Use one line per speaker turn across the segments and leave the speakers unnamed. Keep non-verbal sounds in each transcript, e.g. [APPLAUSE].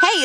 Hey,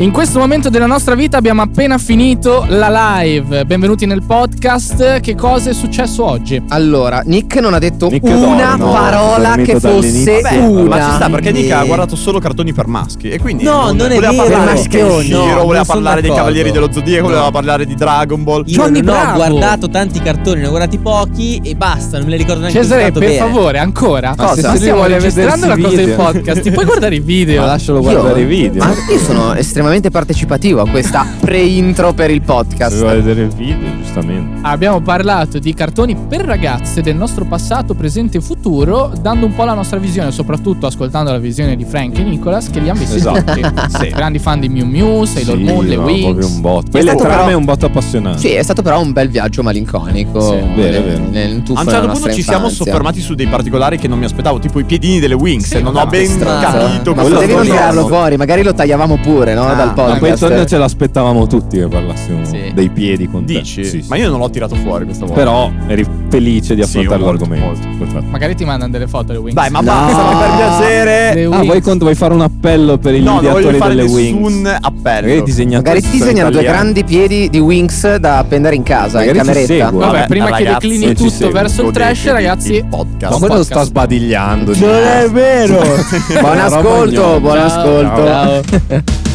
In questo momento della nostra vita abbiamo appena finito la live. Benvenuti nel podcast. Che cosa è successo oggi?
Ah,
Allora, Nick non ha detto
Nick
una
no, no,
parola
fermito
che fosse
dall'inizio. Beh,
una.
Ma ci sta perché
Nick
Nica ha guardato solo cartoni per maschi e quindi
No, non è
voleva
vero.
parlare di
Maschioni, no,
Kenshiro,
non
voleva
sono
parlare dei
d'accordo.
Cavalieri dello Zodiaco, voleva parlare di Dragon Ball.
Io
Johnny
non
Bravo.
ho guardato tanti cartoni, ne ho guardati pochi e basta, non me li ricordo neanche
Cesare,
tutto
per
bene.
favore, ancora.
Cosa?
Ma
Se
stiamo
lui vuole
registrando la
vedersi
cosa in
video.
podcast.
[LAUGHS]
Ti puoi guardare i video.
Ma lascialo
Io-
guardare i video.
Ma io sono estremamente partecipativo a questa pre-intro per il podcast.
Doveva vedere il video, giustamente.
Abbiamo parlato di cartoni per ragazze del nostro passato, presente e futuro, dando un po' la nostra visione, soprattutto ascoltando la visione di Frank e Nicolas che li hanno visti
Esatto.
tutti.
[LAUGHS] Sì.
Grandi fan di Mew Mew, Sailor
Sì,
Moon, le
no,
Wings.
proprio un botto.
È
Quelle
stato
trame
però-
è un botto appassionato.
Sì, è stato però un bel viaggio malinconico.
Sì,
vero, vero.
Nel tuffo
A un
nella
certo punto
nostra
ci siamo
infanzia.
soffermati su dei particolari che non mi aspettavo, tipo i piedini delle Wings,
Sì,
e non
ma
ho
che
ben
Stronzo.
capito
Ma
cosa
potevi non
fosse.
tirarlo fuori, magari lo tagliavamo pure, no?
Ah,
dal
ma
podcast.
poi Antonio ce l'aspettavamo tutti che parlassimo
Sì.
dei piedi con te.
Dici?
Sì, sì.
Ma io non l'ho tirato fuori questa volta.
Però eri felice di
Sì,
affrontare
molto,
l'argomento. Perfetto.
Magari ti mandano delle foto le Wings.
Dai, ma
No.
basta, ma per piacere.
Le
Ah,
Wings.
vuoi, cont- vuoi fare un appello per i
No, non voglio
ideatori
fare
delle
nessun
Wings?
appello.
Magari disegnatore.
Magari ti disegnano due grandi piedi di Wings da appendere in casa,
Magari
in
ci
cameretta.
seguono.
Vabbè,
Vabbè,
prima che
ragazzi,
declini
ci
tutto
seguo,
verso il trash,
godetevi
ragazzi.
il podcast.
buon
Ma quello
podcast.
sta sbadigliando.
Non è
[LAUGHS]
vero.
Buon ascolto, buon
Ciao,
ascolto.
ciao.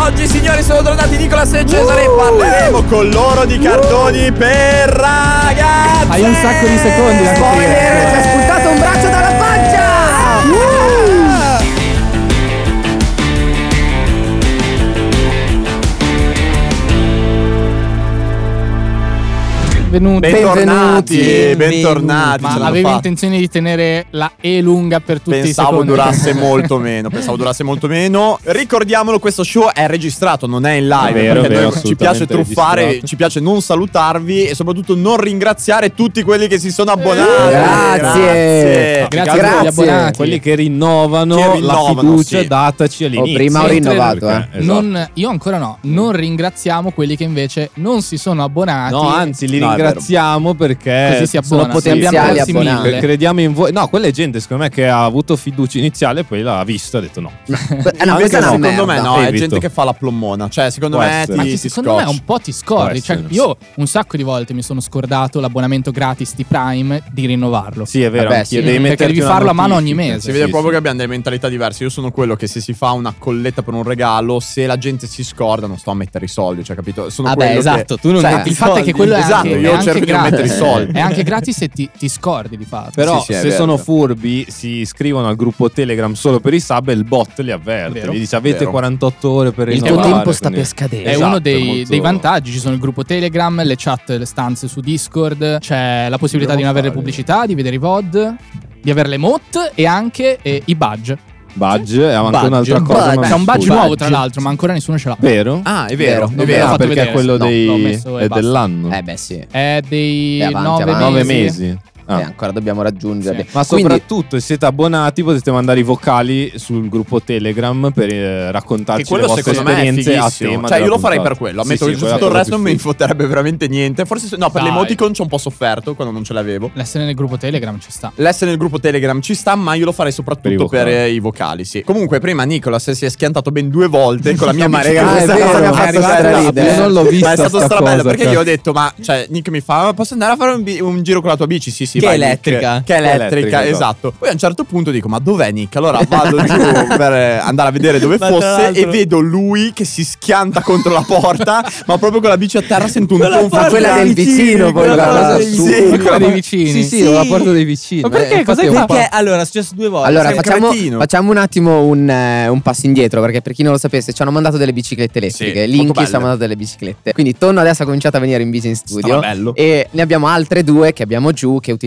Oggi, signori, sono tornati Nicolas e
Cesare,
Parleremo con loro di cartoni per ragazzi.
Hai un sacco di
Eh,
secondi da
Spoiler,
capire.
ci ha spuntato un braccio dalla pancia!
Benvenuti.
Bentornati,
Benvenuti.
bentornati.
Ma
ce l'hanno
avevi
fatta.
intenzione di tenere la E lunga per tutti
Pensavo
i secondi? [LAUGHS]
durasse molto meno, pensavo durasse molto meno. Ricordiamolo, questo show è registrato, non è in live.
È vero,
perché
è vero,
noi ci piace
assolutamente
truffare,
registrato.
ci piace non salutarvi e soprattutto non ringraziare tutti quelli che si sono abbonati.
Eh, grazie.
Grazie,
Grazie.
agli abbonati.
eh, Quelli che rinnovano,
Che rinnovano,
la fiducia
sì.
dataci all'inizio.
Oh, prima ho
Sì,
eh.
rinnovato,
perché- esatto.
Non- io ancora no, non ringraziamo quelli che invece non si sono abbonati.
No, anzi, li
No, è vero.
ringraziamo perché
così si
sono
abbonano.
potenziali
Li abbiamo persi
abbonati.
mille.
Cre- Crediamo in voi. No, quella è gente, secondo me, che ha avuto fiducia iniziale e poi l'ha vista e ha detto no.
Eh, no,
Anche
questa è una
secondo me
merda.
Ah, no, è
Evito.
gente che fa la plombona. Cioè, secondo
Può
me
essere.
Ma
ti,
che
ti
secondo me
scotch.
un po' ti scordi.
Può
Cioè,
essere.
io un sacco di volte mi sono scordato l'abbonamento gratis di Prime di rinnovarlo.
Sì, è vero.
Vabbè,
anch'io.
sì,
Devi
perché
metterti
devi
una
farlo a mano
notifica.
ogni mese.
Si vede
Sì,
proprio
sì.
che abbiamo delle mentalità diverse. Io sono quello che se si fa una colletta per un regalo, se la gente si scorda, non sto a mettere i soldi, cioè, capito? Sono
Ah
Vabbè,
quello che-
esatto, tu non
cioè,
metti
Il fatto è che quello è
Esatto,
anche,
io
è anche
cerco di non
gratis.
mettere i soldi.
È anche gratis se ti, ti scordi di farlo.
Però
Sì, sì, è
se
vero.
sono furbi si iscrivono al gruppo Telegram solo per i sub e il bot li avverte.
Vero.
Certo, Gli dice avete
Vero.
48 ore per
Il
rinnovare.
tuo tempo sta
quindi-
per scadere.
È
Esatto,
uno dei,
molto-
dei vantaggi. Ci sono il gruppo Telegram, le chat, le stanze su Discord. C'è la possibilità di non avere
fare.
pubblicità, di vedere i VOD, di avere le MOT e anche eh, i badge.
Budge è anche
Budge.
un'altra cosa.
Budge.
ma-
C'è un badge
Scusa.
nuovo, tra l'altro, ma ancora nessuno ce l'ha.
Vero?
Ah, è vero,
Vero,
è
non
vero.
Ah,
fatto
perché
vedere,
è quello
sì. No, l'ho
dei
messo e
è
basta.
dell'anno.
Eh beh sì.
È dei
È avanti,
9
avanti.
Nove
mesi.
mesi. Ah.
e ancora dobbiamo raggiungerli.
Ma
Quindi,
soprattutto, se siete abbonati, potete mandare i vocali sul gruppo Telegram per eh,
Che
raccontarci le
quello
vostre
secondo me è
esperienze a
fighissimo.
tema.
Cioè,
della
io lo farei
puntata.
per quello.
Sì,
Ammetto
sì,
che su
quella
tutto il
cosa
resto non mi
più figa.
infotterebbe veramente niente. Forse, se- no, per
Dai.
l'emoticon ci ho un po' sofferto quando non ce l'avevo.
L'essere nel gruppo Telegram ci sta.
L'essere nel gruppo Telegram ci sta, ma io lo farei
Per i
soprattutto per,
vocali.
eh, i vocali, sì. Comunque, prima Nicolas si è schiantato ben due volte con la [LAUGHS] mia
Ma
amicizia.
raga,
Questa
è
cosa
vero,
mi ha
è
fatto
arrivata
strano.
da ridere.
Io non l'ho vista
Ma è stato
sta
strabello
cosa,
perché
cioè.
io ho detto, ma cioè, Nick mi fa, "Ma posso andare a fare un, bi- un giro con la tua bici? Sì, sì.
Che
vai,
è
Nick." Che
elettrica.
è
Che è
elettrica,
elettrica,
esatto. Poi a un certo punto dico, ma dov'è Nick? [LAUGHS] Allora vado giù per eh, andare a vedere dove
Ma tra
fosse e
l'altro-
vedo lui che si schianta contro la porta, [LAUGHS] ma proprio con la bici a terra sento un
Con la
tonfo.
porta
quella
dei
del
vicini,
vicino, poi
quella
la
cosa
cosa
dei
assurda.
vicini.
Sì,
quella
ma-
dei vicini.
Sì, sì,
Sì.
la porta dei vicini.
Ma perché?
Eh, infatti
Cos'hai
è un
fatto?
po'-
Perché allora è successo due volte.
Allora,
sei un
facciamo,
cretino.
facciamo un attimo un, eh, un passo indietro, perché per chi non lo sapesse, ci hanno mandato delle biciclette elettriche.
Sì, molto
Linky
belle.
ci ha mandato delle biciclette. Quindi Tonno adesso ha cominciato a venire in bici in studio.
Strabello.
E ne abbiamo altre due che abbiamo giù che utilizziamo.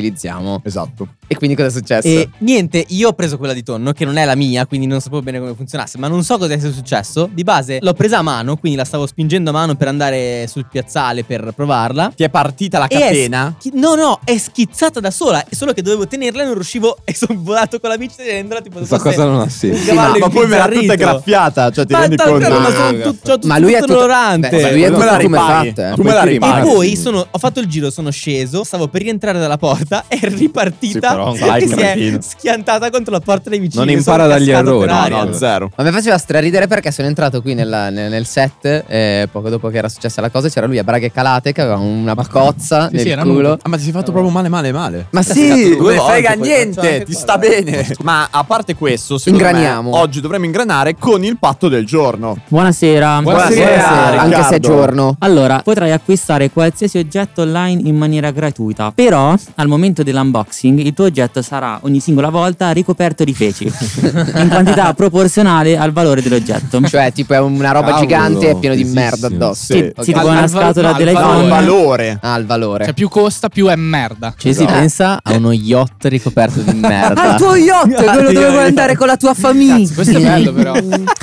Esatto.
E quindi cosa è successo?
E niente, io ho preso quella di tonno, che non è la mia, quindi non sapevo bene come funzionasse, ma non so cosa sia successo. Di base l'ho presa a mano, quindi la stavo spingendo a mano per andare sul piazzale per provarla.
Ti è partita la
E è
catena?
schi- no, no, è schizzata da sola, è solo che dovevo tenerla e non riuscivo [LAUGHS] e sono volato con la bici dentro, tipo
Questa
fosse
cosa non ha
un
senso.
Sì, ma,
cavallo
ma poi me l'ha tutta
imbizzarrito.
graffiata, cioè ti
Ma
rendi
tanto
conto?
no, ma
Ah,
sono
graffiata.
tutto, tutto,
Ma lui è
tutto
tutto-
dolorante.
Beh, lui è
Come
tutto
la ripari?
tumefatto, eh.
Tu me la
Poi ti
E
Ah,
ripari?
ripari.
poi
sì.
sono- ho fatto il giro, sono sceso, stavo per rientrare dalla porta, [LAUGHS] è
Sì,
ripartita
però,
vai,
e [LAUGHS] si è
cretino.
schiantata contro la porta dei vicini.
Non
sono
impara dagli
cascato
errori,
per
no,
aria.
no.
No, zero.
Ma mi faceva straridere perché sono entrato qui nella- nel, nel set, eh, poco dopo che era successa la cosa, c'era lui a braghe calate che aveva una cozza
Sì,
nel
sì, era
culo.
nudo.
Ah, ma ti sei
Eh.
fatto proprio male, male, male.
Ma sì,
Cazzo,
Non
due
ne frega
volte, poi faccio
niente,
anche
ti
quello.
sta bene. Ma a parte questo, secondo
Ingraniamo.
me, oggi dovremmo ingranare con il patto del giorno.
Buonasera.
Buonasera, Riccardo.
anche se è giorno.
Allora, potrai acquistare qualsiasi oggetto online in maniera gratuita, però al momento dell'unboxing il tuo oggetto sarà ogni singola volta ricoperto di feci, in quantità proporzionale al valore dell'oggetto.
Cioè, tipo, è una roba
Cavolo,
gigante e pieno di
pesissimo.
merda addosso.
Sì,
Ok.
sì, tipo
Al-
una
al val-
scatola
no, al
dell'iPhone.
val- valore.
Ah, il
Cioè,
valore.
più costa, più è merda.
Cioè, si
pensa a uno yacht ricoperto di merda.
Ah, il tuo
[LAUGHS]
yacht, quello dove vuoi andare con la tua famiglia.
Cazzo, questo è bello, però.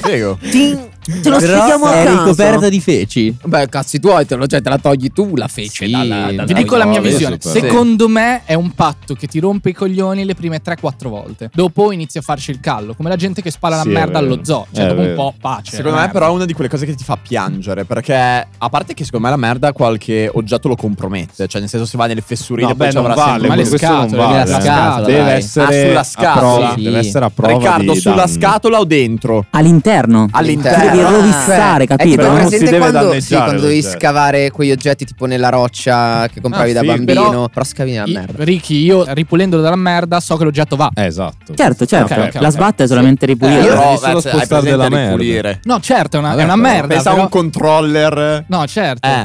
Prego.
Ce
Però è ricoperto di feci.
Beh, cazzi tuoi, te, lo- cioè, te la togli tu la fece.
Sì,
dalla- dalla-
Ti dico la mia
vabbè,
visione.
super.
Secondo me è un patto che ti rompe i coglioni le prime 3-4 volte. Dopo inizia a farci il callo, come la gente che spara
Sì,
la
è
merda
vero.
allo zoo. Cioè,
È
dopo un
vero.
po' pace. la
Secondo me,
Certo.
merda.
però, è una di quelle cose che ti fa piangere. Perché, a parte che secondo me la merda qualche oggetto lo compromette. Cioè, nel senso, se va nelle fessurine,
No,
poi
beh,
ci
non
avrà
vale,
sempre
ma le
questo non
scatole,
vale.
la
eh.
scatola,
deve
dai.
Ah,
essere
sulla
a
scatola,
prova,
sì.
deve essere a prova
Riccardo,
di
sulla
danno.
scatola o dentro?
All'interno.
All'interno.
Ti devi
Ah,
rovistare,
eh. È
capito?
tipo
Non si
presente
deve
quando,
danneggiare
sì, quando dovevi
l'oggetto.
scavare quegli oggetti tipo nella roccia che compravi
Ah,
da
sì,
bambino. Però,
però-
scavi nella
I-
merda.
Ricky, io ripulendolo dalla merda so che l'oggetto va.
Eh, esatto.
Certo, certo.
Ok, ok,
la
ok.
sbatta è solamente ripulire.
Eh, io-
Però,
devi solo
beh, se- hai
spostare
presente
della merda.
ripulire.
No, certo, è una,
Vabbè,
è una merda.
Pensa a
però-
un Eh, controller.
No, certo.
Ah,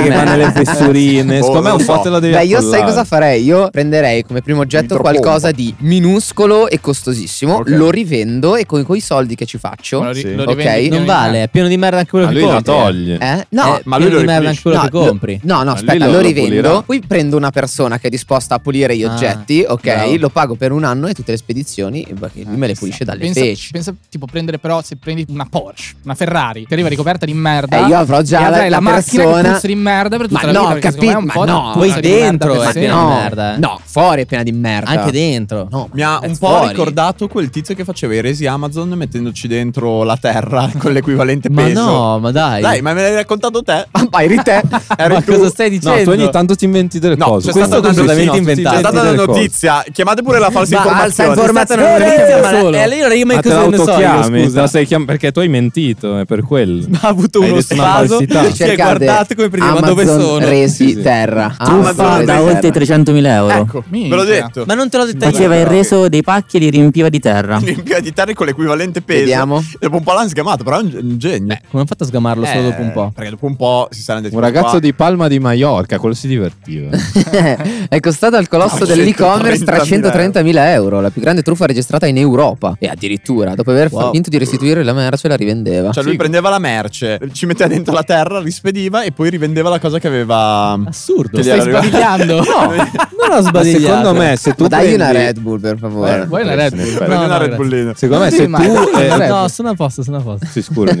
che fanno le fessurine.
Oh,
Secondo me
non
un
so.
po' te la devi
Beh, io sai
accollare.
cosa farei? Io prenderei come primo oggetto
Mitropompa.
qualcosa di minuscolo e costosissimo,
Ok.
lo rivendo e con quei soldi che ci faccio.
Ma lo ri-
Sì.
lo
Ok,
rivendi-
Non vale, è pieno di merda anche quello
Ma
che
lui la
compri.
toglie.
Eh? No,
Eh,
Ma
pieno
lui
di
lo
merda anche
ripulisce.
quello che
lo-
compri.
No, no,
Ma
aspetta,
lui
lo,
lo- lo
rivendo.
pulirà.
poi prendo una persona che è disposta a pulire gli
Ah,
oggetti, ok?
bravo.
Lo pago per un anno e tutte le spedizioni eh, beh, che lui me le pulisce dalle
Ah, pensa,
feci.
pensa tipo prendere però se prendi una Porsche, una Ferrari, ti arriva ricoperta di merda.
Eh, io avrò già
e
la-
avrai
la
la, macchina
persona-
che puzza di merda per tutta
Ma
la
no,
vita. perché secondo
capì?
me è
Ma
un po'
no,
di
poi
puzza di merda
dentro
per
è
sempre.
pieno. merda, eh.
no, fuori è piena di merda.
Anche dentro.
No,
Mi ha
è
un po'
fuori.
ricordato quel tizio che faceva i resi Amazon mettendoci dentro la terra [LAUGHS] con l'equivalente
Ma
peso.
no, ma dai.
Dai, ma me l'hai raccontato te?
Ah, ma eri te.
Eri
ma
tu.
cosa stai
No,
dicendo?
tu ogni tanto ti inventi delle
No,
cose.
c'è stato
Questo
un
così,
assolutamente
no, tu ti
inventato.
C'è
inventi
stata una
delle cose.
notizia. Chiamate pure la falsa
[LAUGHS] Ma alza
informazione.
informazione.
Informazione,
Eh,
notizia, ma-
solo.
eh, io non
Ma
rimane
te
cosa ne so io,
l'autochiami, te
scusa.
la sei chiam- perché tu hai mentito, è per quello.
[LAUGHS]
Ma ha avuto
Hai
uno
detto una
spaso.
falsità.
Si è
Cercate
guardato come prima, ma
Amazon
dove sono?
Resi
Sì, sì.
terra. Amazon
Truffa
Resi
da oltre
terra.
300.000 euro.
Ecco, ve l'ho
Minchia.
detto.
Ma non te l'ho detto io.
Faceva il
Però-
reso dei pacchi e li riempiva di terra.
Riempia di terra con l'equivalente peso.
Vediamo.
Dopo un po' l'hanno sgamato, però è un- un genio.
Beh, come ha fatto a sgamarlo solo
Eh,
dopo un po'?
Perché dopo un po' si saranno detti
Un ragazzo di Palma di Maiorca, quello si divertiva.
[LAUGHS] è costato al colosso
No,
dell'e-commerce
330.000
330.000 euro, la più grande truffa registrata in Europa. E addirittura, dopo aver
Wow.
finito di restituire la merce, la rivendeva.
Cioè lui prendeva la merce, ci metteva dentro la terra, rispediva e poi rivendeva la cosa che aveva... [LAUGHS]
Assurdo.
Che
Stai
gli era arrivato.
sbagliando. no, [LAUGHS] non ho
Ma
sbagliato.
secondo me, se tu
Ma dai
prendi...
una Red Bull, per favore.
Eh,
Vuoi la Red Bull?
No,
Prendi
No,
una
no,
Red
grazie.
Bullina.
Secondo
Non
me, se
eh, cioè-
devi mai-
tu...
non devi
eh,
mai-
No, sono a posto, sono a posto.
Sì, scusami.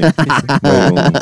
Vuoi un-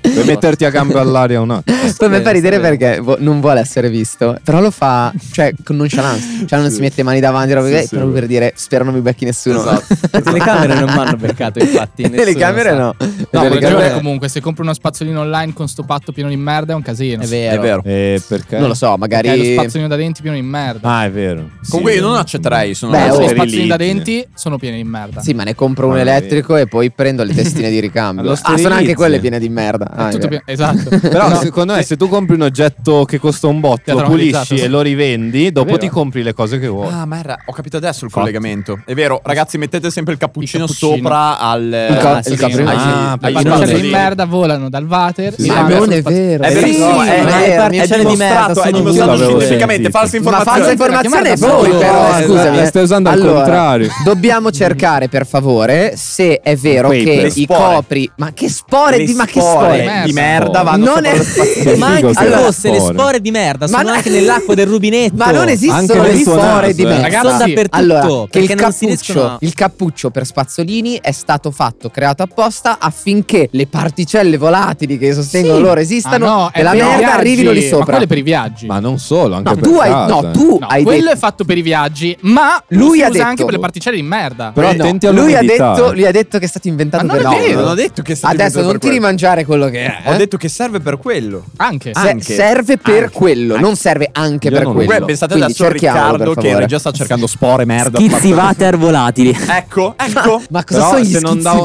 Per metterti a gambe all'aria un attimo.
Poi mi fa ridere perché vo- non vuole essere visto, però lo fa, cioè, con nonchalance. Cioè, non si mette mani davanti, roba
Sì,
così,
sì.
proprio per dire, spero non mi becchi nessuno.
Le telecamere non mi hanno beccato,
[LAUGHS]
[LAUGHS] infatti.
Le
nessuno
telecamere
lo sa.
no.
No,
Le
voglio
telecamere
dire, comunque, se compri uno spazzolino online con sto patto pieno di merda è un casino.
È vero.
È vero.
Eh, perché?
Non lo so,
Perché hai
magari...
lo spazzolino da denti pieno di merda.
Ah, è vero.
Comunque io non accetterei, sono
Beh, oh.
una
Gli
per i
spazzolini da
litini.
denti sono pieni di merda.
Sì, ma ne compro un
Ah,
elettrico e poi prendo le testine di ricambio.
Allo
Ah, sono anche
sterilizzi.
quelle piene di merda.
È
Ah,
tutto
è vero.
pieno- esatto.
[LAUGHS] Però
No,
secondo me se tu compri un oggetto che costa un botto, lo
Teatralizzato,
pulisci
sì.
e lo rivendi, dopo
vero.
ti compri le cose che vuoi.
Ah, ma era- ho capito adesso il
Infatti.
collegamento. È vero, ragazzi, mettete sempre il cappuccino,
Il cappuccino.
sopra al
Il ca-
Ah, sì,
il
sì,
caprino.
sì.
Ah,
Le
ai
perché-
spazzolini.
patate di merda volano dal water.
Sì, sì.
Ma
Ah, è vero,
non è vero.
È
Sì,
verissimo,
sì,
è-
ma
è
vero,
particelle di merda,
dimostrato, è
sono-
dimostrato
l'avevo
scientificamente,
sentito.
falsa
Ma
informazione.
falsa informazione è
Perché
voi,
merda
però.
eh,
sono-
esatto.
scusami. eh.
la stai usando al
Allora,
contrario.
Dobbiamo cercare, per favore, se è vero
Quei-
che
le
i
spore.
copri. Ma che spore
Le
di. Ma che
spore Eh,
spore?
di
Merda.
merda vanno
Non
sopra
è-
[LAUGHS] lo spazio.
Che
Ma anche
figo che era.
fosse le spore di merda,
Ma
sono
no-
anche nell'acqua del rubinetto.
Ma non esistono
Anche
le
nel suo
spore
naso,
di
eh.
merda.
Ragazzi,
sono dappertutto.
Allora, che
perché
il
non si riescono
cappuccio,
a-
il cappuccio per spazzolini è stato fatto, creato apposta affinché le particelle volatili che sostengono
Sì.
loro
Ah,
esistano
no, è
e la
per i
merda
viaggi.
arrivino lì
Ma
sopra.
quello è per i viaggi.
Ma non solo, anche
No,
per
tu hai,
casa,
no,
eh.
tu
No,
hai
quello
detto.
è fatto per i viaggi, ma
Lui
lui
ha
usa anche
detto-
per le particelle di merda.
Però
No,
attenti
lui, ha
all'umidità.
detto, lui ha detto che è stato inventato
Ma
per
non è
no,
vero.
Non ho detto che sta
Adesso
diventando
non
per
ti
quello.
rimangiare quello che è.
Ho
eh.
detto che serve per quello.
Anche.
Se-
anche.
serve per
Anche.
quello, non serve anche
Io
per
non-
quello.
Comunque, pensate
Quindi
adesso a
cerchiamolo,
Riccardo
per
che in
favore.
regia sta cercando spore, merda.
Schizzi water volatili.
[LAUGHS] Ecco, ecco.
Ma cosa
Però
sono gli
se non
schizzi?
davo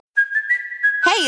Hey,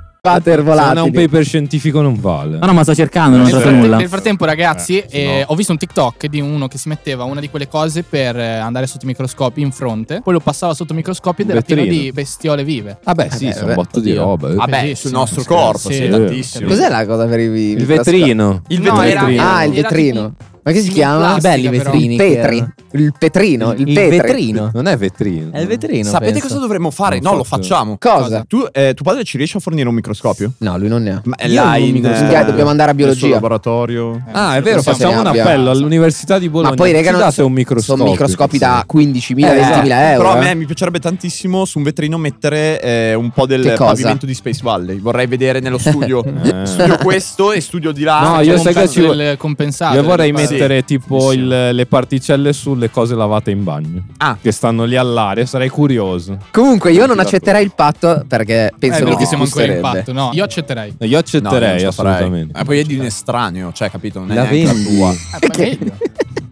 Pater
se non è un
volatili.
paper scientifico non vale.
Ma no, ma sto cercando, non ho
Nel
trovato
frate-
nulla.
Nel frattempo, ragazzi,
Eh, se
eh,
no.
ho visto un TikTok di uno che si metteva una di quelle cose per eh, andare sotto i microscopi in fronte, poi lo passava sotto i microscopi ed era pieno
Vetrino.
di bestiole vive.
Vabbè, sì,
beh,
sono
beh,
un botto di
oddio.
roba. eh.
Vabbè,
Bellissimo.
sul nostro corpo,
Sì.
sì, Eh, tantissimo.
Cos'è la cosa per i
Il vetrino.
Il
No,
vetrino.
era-
Ah, il
era
vetrino.
tipo-
Ma che si
in
chiama?
plastica,
Belli
però.
vetrini.
Il Petri.
Nicker.
Il petrino. Il,
il
Petri.
vetrino.
Non è vetrino.
È il vetrino.
Sapete
penso.
cosa dovremmo fare?
Non
No, lo
so.
facciamo.
Cosa?
Tu, eh, tuo padre ci riesce a fornire un microscopio?
No, lui non ne ha.
Ma è
Io
là
non mi
in,
microscopio.
eh,
dobbiamo andare a
nel suo
biologia. Eh,
laboratorio.
Ah, è vero,
Possiamo-
facciamo un
Se ne abbia-
appello all'Università di Bologna.
Ma poi, raga,
Ci
non
date un microscopio.
Sono microscopi da 15.000,
Eh,
20.000 euro.
Però a
eh.
me mi piacerebbe tantissimo su un vetrino mettere eh, un po'
Che
del
cosa?
pavimento di Space Valley. Vorrei vedere nello
[LAUGHS]
studio. studio questo e studio di là.
No,
Cioè,
io
un
sai che
pezzo-
ci
del
vo-
compensato.
Io vorrei
del padre.
mettere tipo
Sì.
il- le particelle sulle cose lavate in bagno.
Ah.
Che stanno lì all'aria, sarei curioso.
Comunque, io non
D'accordo.
accetterei il patto perché
Eh,
penso che
perché siamo ancora in
disgusterebbe.
patto.
[LAUGHS]
No, io accetterei.
Io
No, io non
accetterei,
ce la farei.
assolutamente.
Ma poi è di un estraneo, cioè, capito? Non è
La
neanche
vendi?
tua.
Eh,
Perché?
meglio.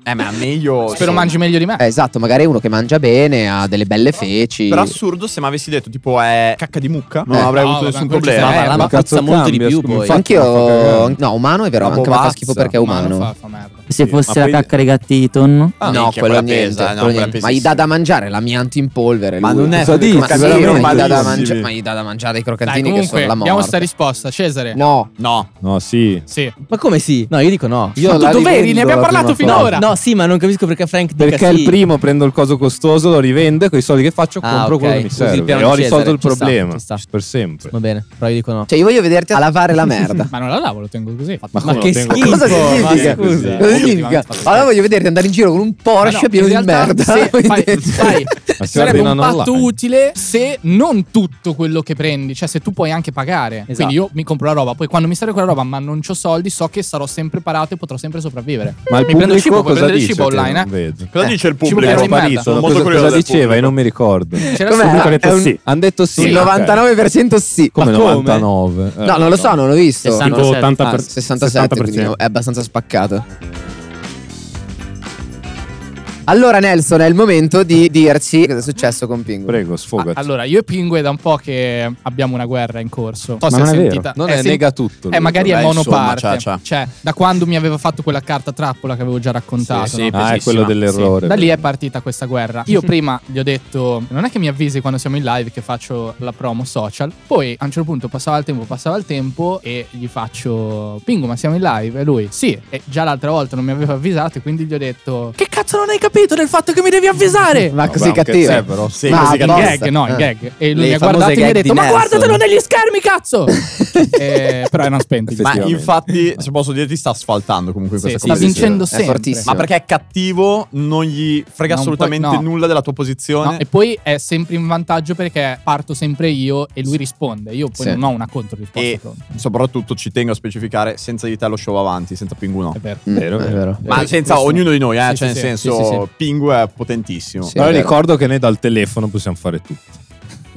Eh, ma meglio.
Spero
sì.
mangi meglio di me.
Eh, esatto, magari è uno che mangia bene, ha delle belle feci.
Però assurdo, se mi avessi detto tipo è cacca di mucca, non
Eh.
avrei
No,
avuto
vabbè,
nessun
quello ci
problema.
No, ma
Eh,
la
ma cazzo
puzza molto di
cambia,
più
scusa,
poi.
infatti-
Anch'io. No, umano è vero,
Una
anche fa
bovazza.
schifo perché è
Ma
umano.
non fa, fa merda.
Se
Sì,
fosse
ma
la
poi-
cacca dei gatti di tonno?
Ah,
Eh, no,
minchia,
quello
quella
niente,
pesa, no,
quello
quella
niente. Ma gli
pesissima.
dà da mangiare l'amianto in polvere.
Ma
lui. [LAUGHS]
non è
Cosa dici?
ma sì,
veramente
ma gli, dà da
malissimi.
mangia- ma gli dà da mangiare dei
Dai,
croccantini che
comunque,
sono la
abbiamo sta
morte.
risposta. Cesare.
No,
No,
No, sì.
Sì.
Ma come sì? No, io dico no. Io
Ma tu
la
dov'eri?
rivendo
Ne abbiamo
la
parlato
prima
finora.
volta.
No, sì, ma non capisco perché Frank dica
Perché
sì.
il primo prendo il coso costoso, lo rivendo e con i soldi che faccio
Ah,
compro
ok.
quello che mi
Usi il
serve.
piano
E ho
di Cesare,
risolto il
ci sta,
problema.
ci sta.
Per sempre.
Va bene, però io dico no.
cioè io voglio vederti a lavare [LAUGHS] la merda.
Ma non la lavo, lo tengo così.
Ma
Ma
come
che
lo tengo?
schifo.
Cosa
ma
significa?
scusa.
Cosa significa? Allora voglio vederti andare in giro con un Porsche
Ma no,
pieno
in
di
realtà
merda. [LAUGHS]
se-
Poi
fai-
dentro- [LAUGHS]
fai-
Ma si
sarebbe un
ordinano
patto
online.
utile se non tutto quello che prendi, cioè se tu puoi anche pagare. Quindi io mi compro la roba, poi quando mi serve quella roba, ma non ho soldi, so che sarò sempre parato e potrò sempre sopravvivere.
Ma il
mi prendo il cibo, puoi
pubblico cosa
prendere il
dice?
cibo
Che
online.
non
eh.
vedo.
cosa dice il
ci
pubblico?
vuole
Ero
di merda.
parito,
Sono
no?
molto
cosa,
curioso
cosa
del
diceva? Io
pubblico.
non mi ricordo.
C'era
[LAUGHS] Com'è?
solo-
Comunque ho detto
è un-
sì. Hanno detto sì.
Il
ok.
99% sì.
Come
Ma come?
99? Eh,
No, non lo so, non l'ho visto.
Sessanta-
Tipo 80
Ah, 67, quindi è abbastanza spaccato. Allora, Nelson, è il momento di dirci cosa è successo con Pingu.
Prego, sfogati.
Ah, Allora, io e Pingue da un po' che abbiamo una guerra in corso. Non so
Ma
se
non
ha
è vero.
sentita.
Non
Eh,
è
sì.
nega tutto.
Eh, magari è
Beh, insomma,
monoparte.
c'ha- c'ha.
Cioè, da quando mi aveva fatto quella carta trappola che avevo già raccontato.
Sì, sì,
no?
ah, è quello
pesissima.
dell'errore.
Da lì è partita questa guerra. Io prima gli ho detto: Non è che mi avvisi quando siamo in live che faccio la promo social. Poi a un certo punto passava il tempo, passava il tempo e gli faccio: Pingo, ma siamo in live? E lui: Sì. E già l'altra volta non mi aveva avvisato. E quindi gli ho detto: Che cazzo non hai capito del fatto che mi devi avvisare?
Ma
No,
così
beh, è un
cattivo. Eh,
cazzè, però.
Sì,
Ma
così
in
cattivo.
basta.
gag, no, in
Eh.
gag. E lui
Le
mi ha
famose
guardato e mi ha
gag
detto:
di
Ma
Nelson."
guardatelo negli schermi, cazzo!
[LAUGHS]
Eh, però erano spenti.
Ma
Effettivamente.
infatti, se posso dirti, sta asfaltando comunque
Sì,
questa
sta
competizione.
vincendo
È
sempre.
fortissimo.
Ma perché è cattivo, non gli frega
Non puoi-
assolutamente
no.
nulla della tua posizione.
No, e poi è sempre in vantaggio perché parto sempre io e lui risponde. Io poi
Sì.
non ho una controrisposta.
E-
pronta.
Soprattutto ci tengo a specificare, senza di te lo show va avanti, senza Pingu no.
È vero.
Mm,
Vero,
è
vero.
vero.
Ma senza
Eh, questo-
ognuno di noi, eh,
sì,
cioè
sì,
nel
sì.
senso,
Sì, sì, sì.
Pingu è potentissimo.
Sì.
Allora
è vero.
ricordo che noi dal telefono possiamo fare tutto.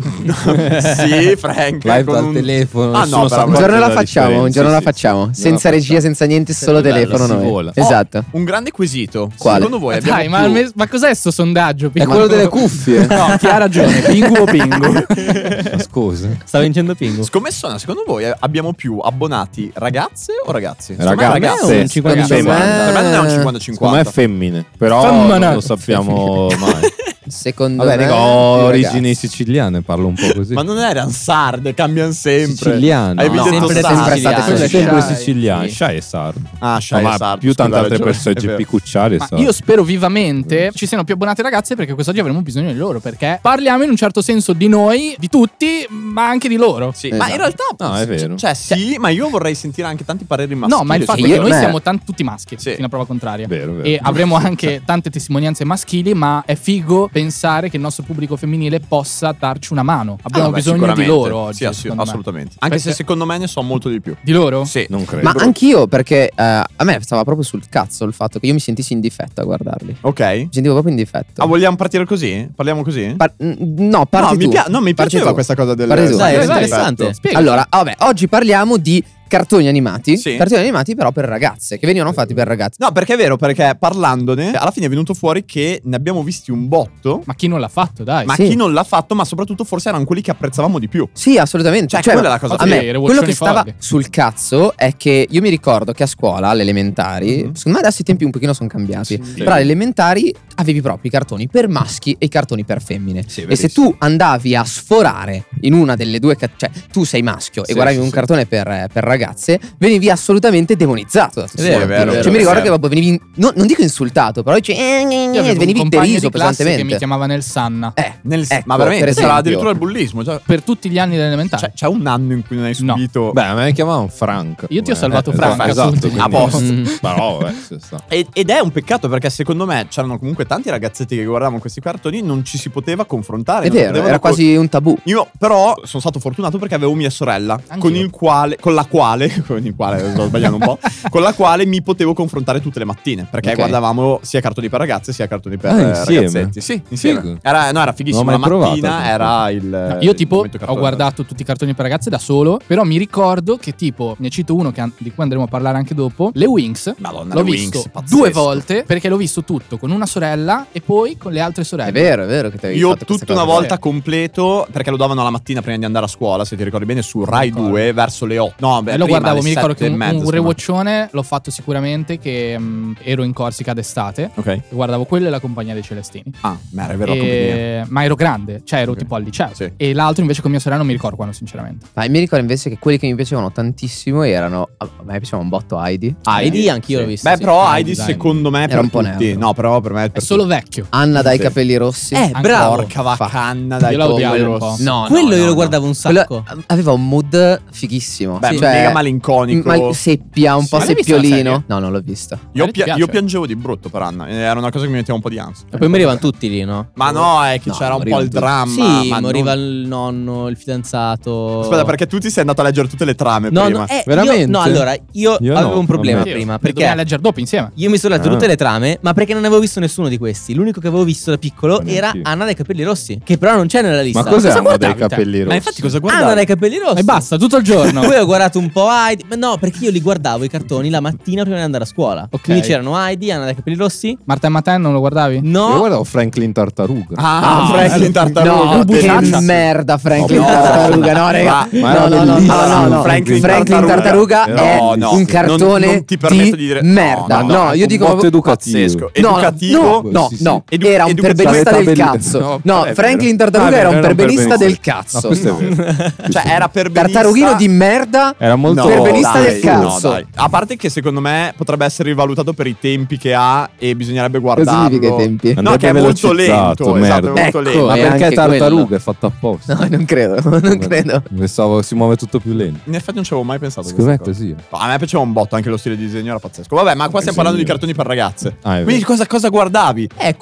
[LAUGHS] sì, Frank.
Live
con
dal
un-
telefono,
Ah, no,
nessuno
però
sa
Un
Guarda
giorno la
la
facciamo, un
differenza,
giorno la
sì, sì.
facciamo.
Giorno la
Senza regia,
facciamo.
senza niente, solo
Bella,
telefono
si
noi.
vola.
Esatto.
Oh, un grande quesito.
Quale?
Secondo voi abbiamo
Ah, Dai, ma,
più-
alme- ma cos'è sto sondaggio?
È quello delle cuffie.
No, chi ha ragione? Pingu o Pingu?
Ma scusa.
Sta vincendo Pingu.
Scommessona, secondo voi abbiamo più abbonati ragazze o ragazzi? Secondo me
Ragazze,
è un 50-50.
femmine.
Eh,
Per me non è un
Secondo
50-50.
me è femmine, però
Femmine.
non lo sappiamo mai.
[LAUGHS] Secondo
Vabbè,
me.
dico, ho
sì,
origini
ragazzi.
siciliane, parlo un po' così.
Ma non erano sarde, cambiano sempre.
Siciliane.
Hai
No,
detto
sempre
sarde.
sempre state
Siciliane.
quelle
Eh, sempre
Shai.
siciliani,
Sì.
Shai e Sardo.
Ah, Shai
No,
e
ma
Sardo,
più
scusa,
tante
hai
altre
ragione,
persone,
è vero.
GP Cucciari e
Ma
Sardo.
io spero vivamente ci siano più abbonate ragazze perché quest'oggi avremo bisogno di loro perché parliamo in un certo senso di noi, di tutti, ma anche di loro.
Sì,
Esatto.
ma in realtà
No, è vero.
Cioè, sì, ma io vorrei sentire anche tanti pareri maschili. Cioè,
No, ma il
su
fatto è
io-
che
questo.
noi
beh.
siamo tan- tutti maschi,
eh. Sì.
fino a prova contraria.
Vero, vero.
E avremo anche tante testimonianze maschili, ma è figo pensare che il nostro pubblico femminile possa darci una mano. Abbiamo
Ah, beh,
bisogno di
sicuramente.
loro oggi.
Sì, assu-
secondo me.
assolutamente. Anche se
Perché-
secondo me ne so molto di più.
Di loro?
Sì.
non credo.
Ma anch'io, perché eh, a me stava proprio sul cazzo il fatto che io mi sentissi in difetto a guardarli. Mi
Ok. Ah,
sentivo proprio in difetto.
vogliamo partire così? Parliamo così?
Par- n- no, parti
no, mi
tu.
pia- no, mi
Parti
piaceva
tu.
questa cosa del
Parti tu.
Dai,
del
era
difetto.
interessante.
Spiega.
Allora, vabbè, oggi parliamo di cartoni animati.
Sì.
Cartoni animati, però, per ragazze, che venivano fatti per ragazze.
No, perché è vero, perché parlandone, alla fine è venuto fuori che ne abbiamo visti un botto,
Ma chi non l'ha fatto, dai?
ma
sì.
chi non l'ha fatto, ma soprattutto forse erano quelli che apprezzavamo di più.
Sì, assolutamente.
Cioè, quella è la cosa
a me,
più-
quello che
Revoluzioni
stava
folli.
sul cazzo è che io mi ricordo che a scuola, alle elementari,
Mhm.
secondo me adesso i tempi un pochino sono cambiati,
Sì.
però alle elementari avevi proprio i cartoni per maschi e i cartoni per femmine.
Sì,
e se
verissimo.
tu andavi a sforare in una delle due, ca- cioè tu sei maschio
Sì,
e guardavi
sì,
un
sì.
cartone per, per ragazze, venivi assolutamente demonizzato da tutti
È vero,
quanti.
è vero,
Cioè
è
mi ricordo
vero.
che proprio venivi, in- no- non dico insultato, però dici, eh, eh,
Io
eh,
avevo
venivi
un compagno di classe
deriso
che mi
pesantemente.
chiamava nel Sanna.
Eh,
Nel-
Ecco,
ma veramente,
per esempio.
sarà
Cioè,
addirittura il bullismo. Cioè,
Per tutti gli anni dell'elementare.
c'è, c'è un anno in cui non hai
No.
subito...
Beh, a me mi chiamavano Frank.
Io ti ho
Eh,
salvato
eh,
Frank,
Esatto,
appunto.
quindi-
A posto.
Mm. Però, vabbè, ci sta.
Ed, ed è un peccato perché secondo me c'erano comunque tanti ragazzetti che guardavano questi cartoni non ci si poteva confrontare.
È
non
vero,
potevano
era
co-
quasi un tabù.
Io però sono stato fortunato perché avevo mia sorella
Anch'io.
con, il quale, con la quale, [LAUGHS] con il quale sto sbagliando un po',
[LAUGHS]
con la quale mi potevo confrontare tutte le mattine perché
Ok.
guardavamo sia cartoni per ragazze sia cartoni per
Ah,
eh,
insieme?
ragazzetti. Sì, insieme.
Figo.
Era, no, era fighissimo.
Non ho
La
mai provato,
mattina
comunque.
era il...
No,
il
io tipo
Eh, momento
ho
cartone.
guardato tutti i cartoni per ragazze da solo, però mi ricordo che tipo, ne cito uno che an- di cui andremo a parlare anche dopo, le Wings.
Madonna,
L'ho
le Wings,
visto
pazzesco.
due volte perché l'ho visto tutto con una sorella e poi con le altre sorelle.
È vero, è vero che ti avevi
Io
fatto questa
tutta una
cosa.
volta completo perché lo davano la mattina prima di andare a scuola, se ti ricordi bene, su Rai
ricordo.
2 verso le 8. No, beh,
E lo
prima,
guardavo,
alle
mi ricordo che
sette e
un,
mezza,
un
insomma.
rewatchone l'ho fatto sicuramente che mm, ero in Corsica d'estate.
Ok.
e Guardavo quello e la compagnia dei Celestini.
Ah, ma era vero
E-
la compagnia.
ma ero grande, cioè ero
Ok.
tipo al liceo.
Sì.
E l'altro invece con mia sorella non mi ricordo quando, sinceramente.
Ma mi ricordo invece che quelli che mi piacevano tantissimo erano. A me piaceva un botto Heidi.
Heidi anch'io l'ho visto.
Beh,
sì.
però
Heidi,
Heidi
dai.
secondo me
Era
per
un po'
tutti.
nerd.
No, però per me è
È
per
solo
tutti.
vecchio.
Anna dai
Sì.
capelli rossi.
Eh,
Anche
bravo.
Porca vacanna, dai,
Io la odiavo
povero.
un po'.
No, no,
Quello
no,
io lo
no.
guardavo un sacco.
Quello- aveva un mood fighissimo.
Beh,
cioè,
mega malinconico.
mal- seppia, un
Sì.
po'
Ma
l'hai vista la
seppiolino.
serie?
No, non l'ho visto.
Io,
Ma ti
pia-
piace?
io piangevo di brutto per Anna. eh, Era una cosa che mi metteva un po' di ansia.
E poi morivano tutti lì, no?
Ma no, è che
No,
c'era un po'
morivano
il
tutti.
dramma.
sì,
ma
moriva
non-
il nonno, il fidanzato.
Aspetta, perché tu ti sei andato a leggere tutte le trame
No,
prima.
no, eh,
Veramente?
io- no, allora, io,
Io no,
avevo un problema
vabbè.
Io-
prima,
le dovevamo
perché
leggere dopo insieme.
io mi sono letto
Ah.
tutte le trame, ma perché non avevo visto nessuno di di questi. L'unico che avevo visto da piccolo
Ma
era
neanch'io.
Anna dei capelli rossi, che però non c'è nella lista.
Ma cos'è Anna dei
guardavi te?
capelli rossi?
Ma infatti cosa
Anna dei
guardavi?
capelli rossi.
E basta, tutto il
[LAUGHS]
giorno.
Poi ho guardato un po' Heidi. Ma no, perché io li guardavo i cartoni la mattina prima di andare a scuola.
Ok.
Quindi c'erano Heidi, Anna dai capelli rossi.
Marta e Matten non lo guardavi?
Io
No,
guardavo Franklin Tartaruga.
Ah, Franklin Tartaruga.
No, che
Bucaccia.
merda Franklin
No,
Tartaruga, no raga.
ma-
ma
no,
era
no, no,
bellissimo.
no, no, no.
Franklin
Tartaruga,
Tartaruga.
è
No, no,
un
non-
cartone
non ti permetto di dire-
merda.
no, no,
No, io
un
dico
botto
proprio-
educativo.
Pazzesco.
No,
Educativo.
No, no,
Sì, sì.
no.
Edu-
era un
educativo.
Cioè,
perbenista del
Metabelismo.
cazzo.
No,
No,
vabbè,
Franklin
vero.
Tartaruga
Ah,
era un
vero,
perbenista del
No, Eh.
cazzo.
questo è vero.
Cioè, era perbenista.
Tartarughino di merda.
Era molto
Perbenista
dai,
del cazzo.
no, dai. A parte che secondo me potrebbe essere rivalutato per i tempi che ha e bisognerebbe
Cosa
guardarlo.
significa i tempi?
No, che è molto lento. Esatto, è
merda.
molto
Ecco.
lento.
Ma
E
perché
anche
tartaruga
quello.
è fatto apposta?
No, [LAUGHS] non credo, non credo.
Pensavo si muove tutto più lento.
In effetti non ci avevo mai pensato.
Secondo me è
questa cosa.
così.
No, A me piaceva un botto, anche lo stile di disegno era pazzesco. Vabbè, ma qua stiamo parlando di cartoni per ragazze.
Ah, è vero.
Quindi cosa, cosa guardavi?
eh,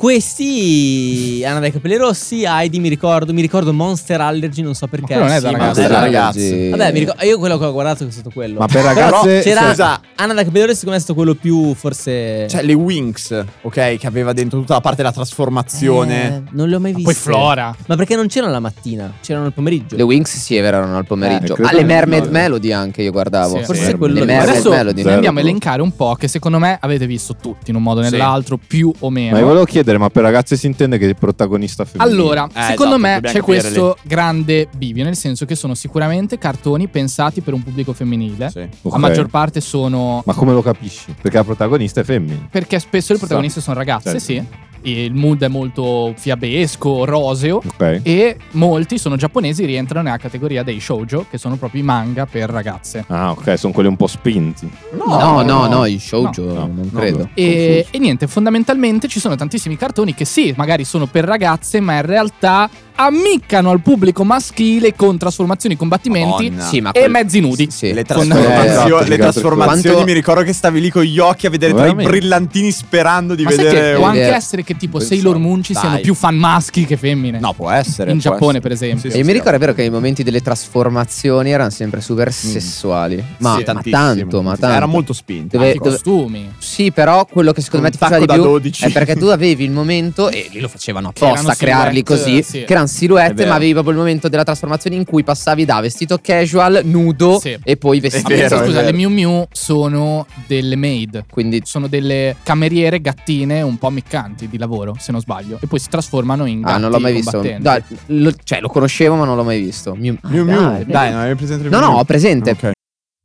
questi Anna dai capelli rossi, Heidi, mi ricordo, mi ricordo Monster Allergy, non so perché.
quello non è da
Sì,
ragazzi.
Monster
Dai,
Allergy.
ragazzi.
Vabbè, mi ricordo, io quello che ho guardato è stato quello.
Ma per
Però
ragazze Cioè,
C'era
scusa.
Anna dai capelli rossi, secondo me è stato quello più forse
Cioè, le Winx, ok? Che aveva dentro tutta la parte della trasformazione.
Eh, non l'ho mai visto.
Poi Flora.
Ma perché non c'erano la mattina? C'erano il pomeriggio.
Le Wings sì, è vero, erano al pomeriggio.
Eh, credo
Ah, le
che-
Mermaid
no.
Melody anche io guardavo.
Sì,
Forse
Le
quello lì.
Mermaid
Adesso
Melody.
Zero,
andiamo a
proprio.
elencare un po' che secondo me avete visto tutti in un modo o
Sì.
nell'altro, più o meno.
Ma io volevo chiedere, ma per ragazze si intende che il protagonista femminile?
Allora,
Eh,
secondo
esatto,
me
dobbiamo
c'è
capire
questo grande bivio, nel senso che sono sicuramente cartoni pensati per un pubblico femminile.
Sì.
Ok.
La maggior parte sono
Ma come lo capisci? Perché la protagonista è femmina.
perché spesso le protagoniste sono ragazze,
Certo.
sì. E il mood è molto fiabesco, roseo.
Ok.
E molti sono giapponesi, rientrano nella categoria dei shoujo, che sono proprio i manga per ragazze.
Ah, ok, sono quelli un po' spinti.
No, no, no, i shoujo
No, no,
Eh, non
no.
credo.
E, e niente, fondamentalmente ci sono tantissimi cartoni che sì, magari sono per ragazze, ma in realtà ammiccano al pubblico maschile con trasformazioni, combattimenti
Madonna.
Sì, ma
e
quel-
mezzi nudi.
Sì.
Le
Eh,
trasformazioni,
esatto,
le trasformazioni
Quanto-
mi ricordo che stavi lì con gli occhi a vedere tra i
Veramente.
brillantini sperando di
Ma sai che
vedere
può
un-
anche
Vero.
essere che tipo
Pensavo.
Sailor Moon ci
Dai.
siano più fan maschi che femmine.
No, può essere.
In
può
Giappone,
essere.
per esempio.
E mi ricordo è vero che i momenti delle trasformazioni erano sempre super sessuali. Ma,
Mm. Sì,
ma
tantissimo,
tanto, ma
tantissimo.
tanto.
Era molto spinto.
Dove-
I costumi.
Sì, però quello che secondo
Un
me ti faceva
tacco
di
da
più
12.
è perché tu avevi il momento, e lì lo facevano apposta
erano
a crearli
silhouette,
così,
sì.
che erano
È
silhouette,
vero.
ma avevi proprio il momento della trasformazione in cui passavi da vestito casual, nudo
Sì.
e poi
Ma
vestito.
vero,
pensa,
è
scusa,
vero.
le Miu Miu sono delle maid.
Quindi
Sono delle cameriere gattine un po' ammiccanti di lavoro, se non sbaglio. E poi si trasformano in gatti
Ah, non l'ho mai visto.
combattenti.
Dai, lo- cioè, lo conoscevo, ma non l'ho mai visto. Miu- ah,
Miu Miu.
dai.
Dai, non avevi presente il
No,
Miu
no,
Miu?
ho presente.
Ok.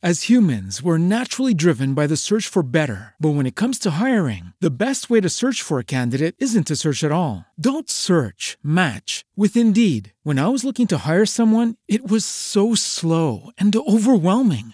As humans, we're naturally driven by the search for better. But when it comes to hiring, the best way to search for a candidate isn't to search at all. Don't search, match with Indeed. When I was looking to hire someone, it was so slow and overwhelming.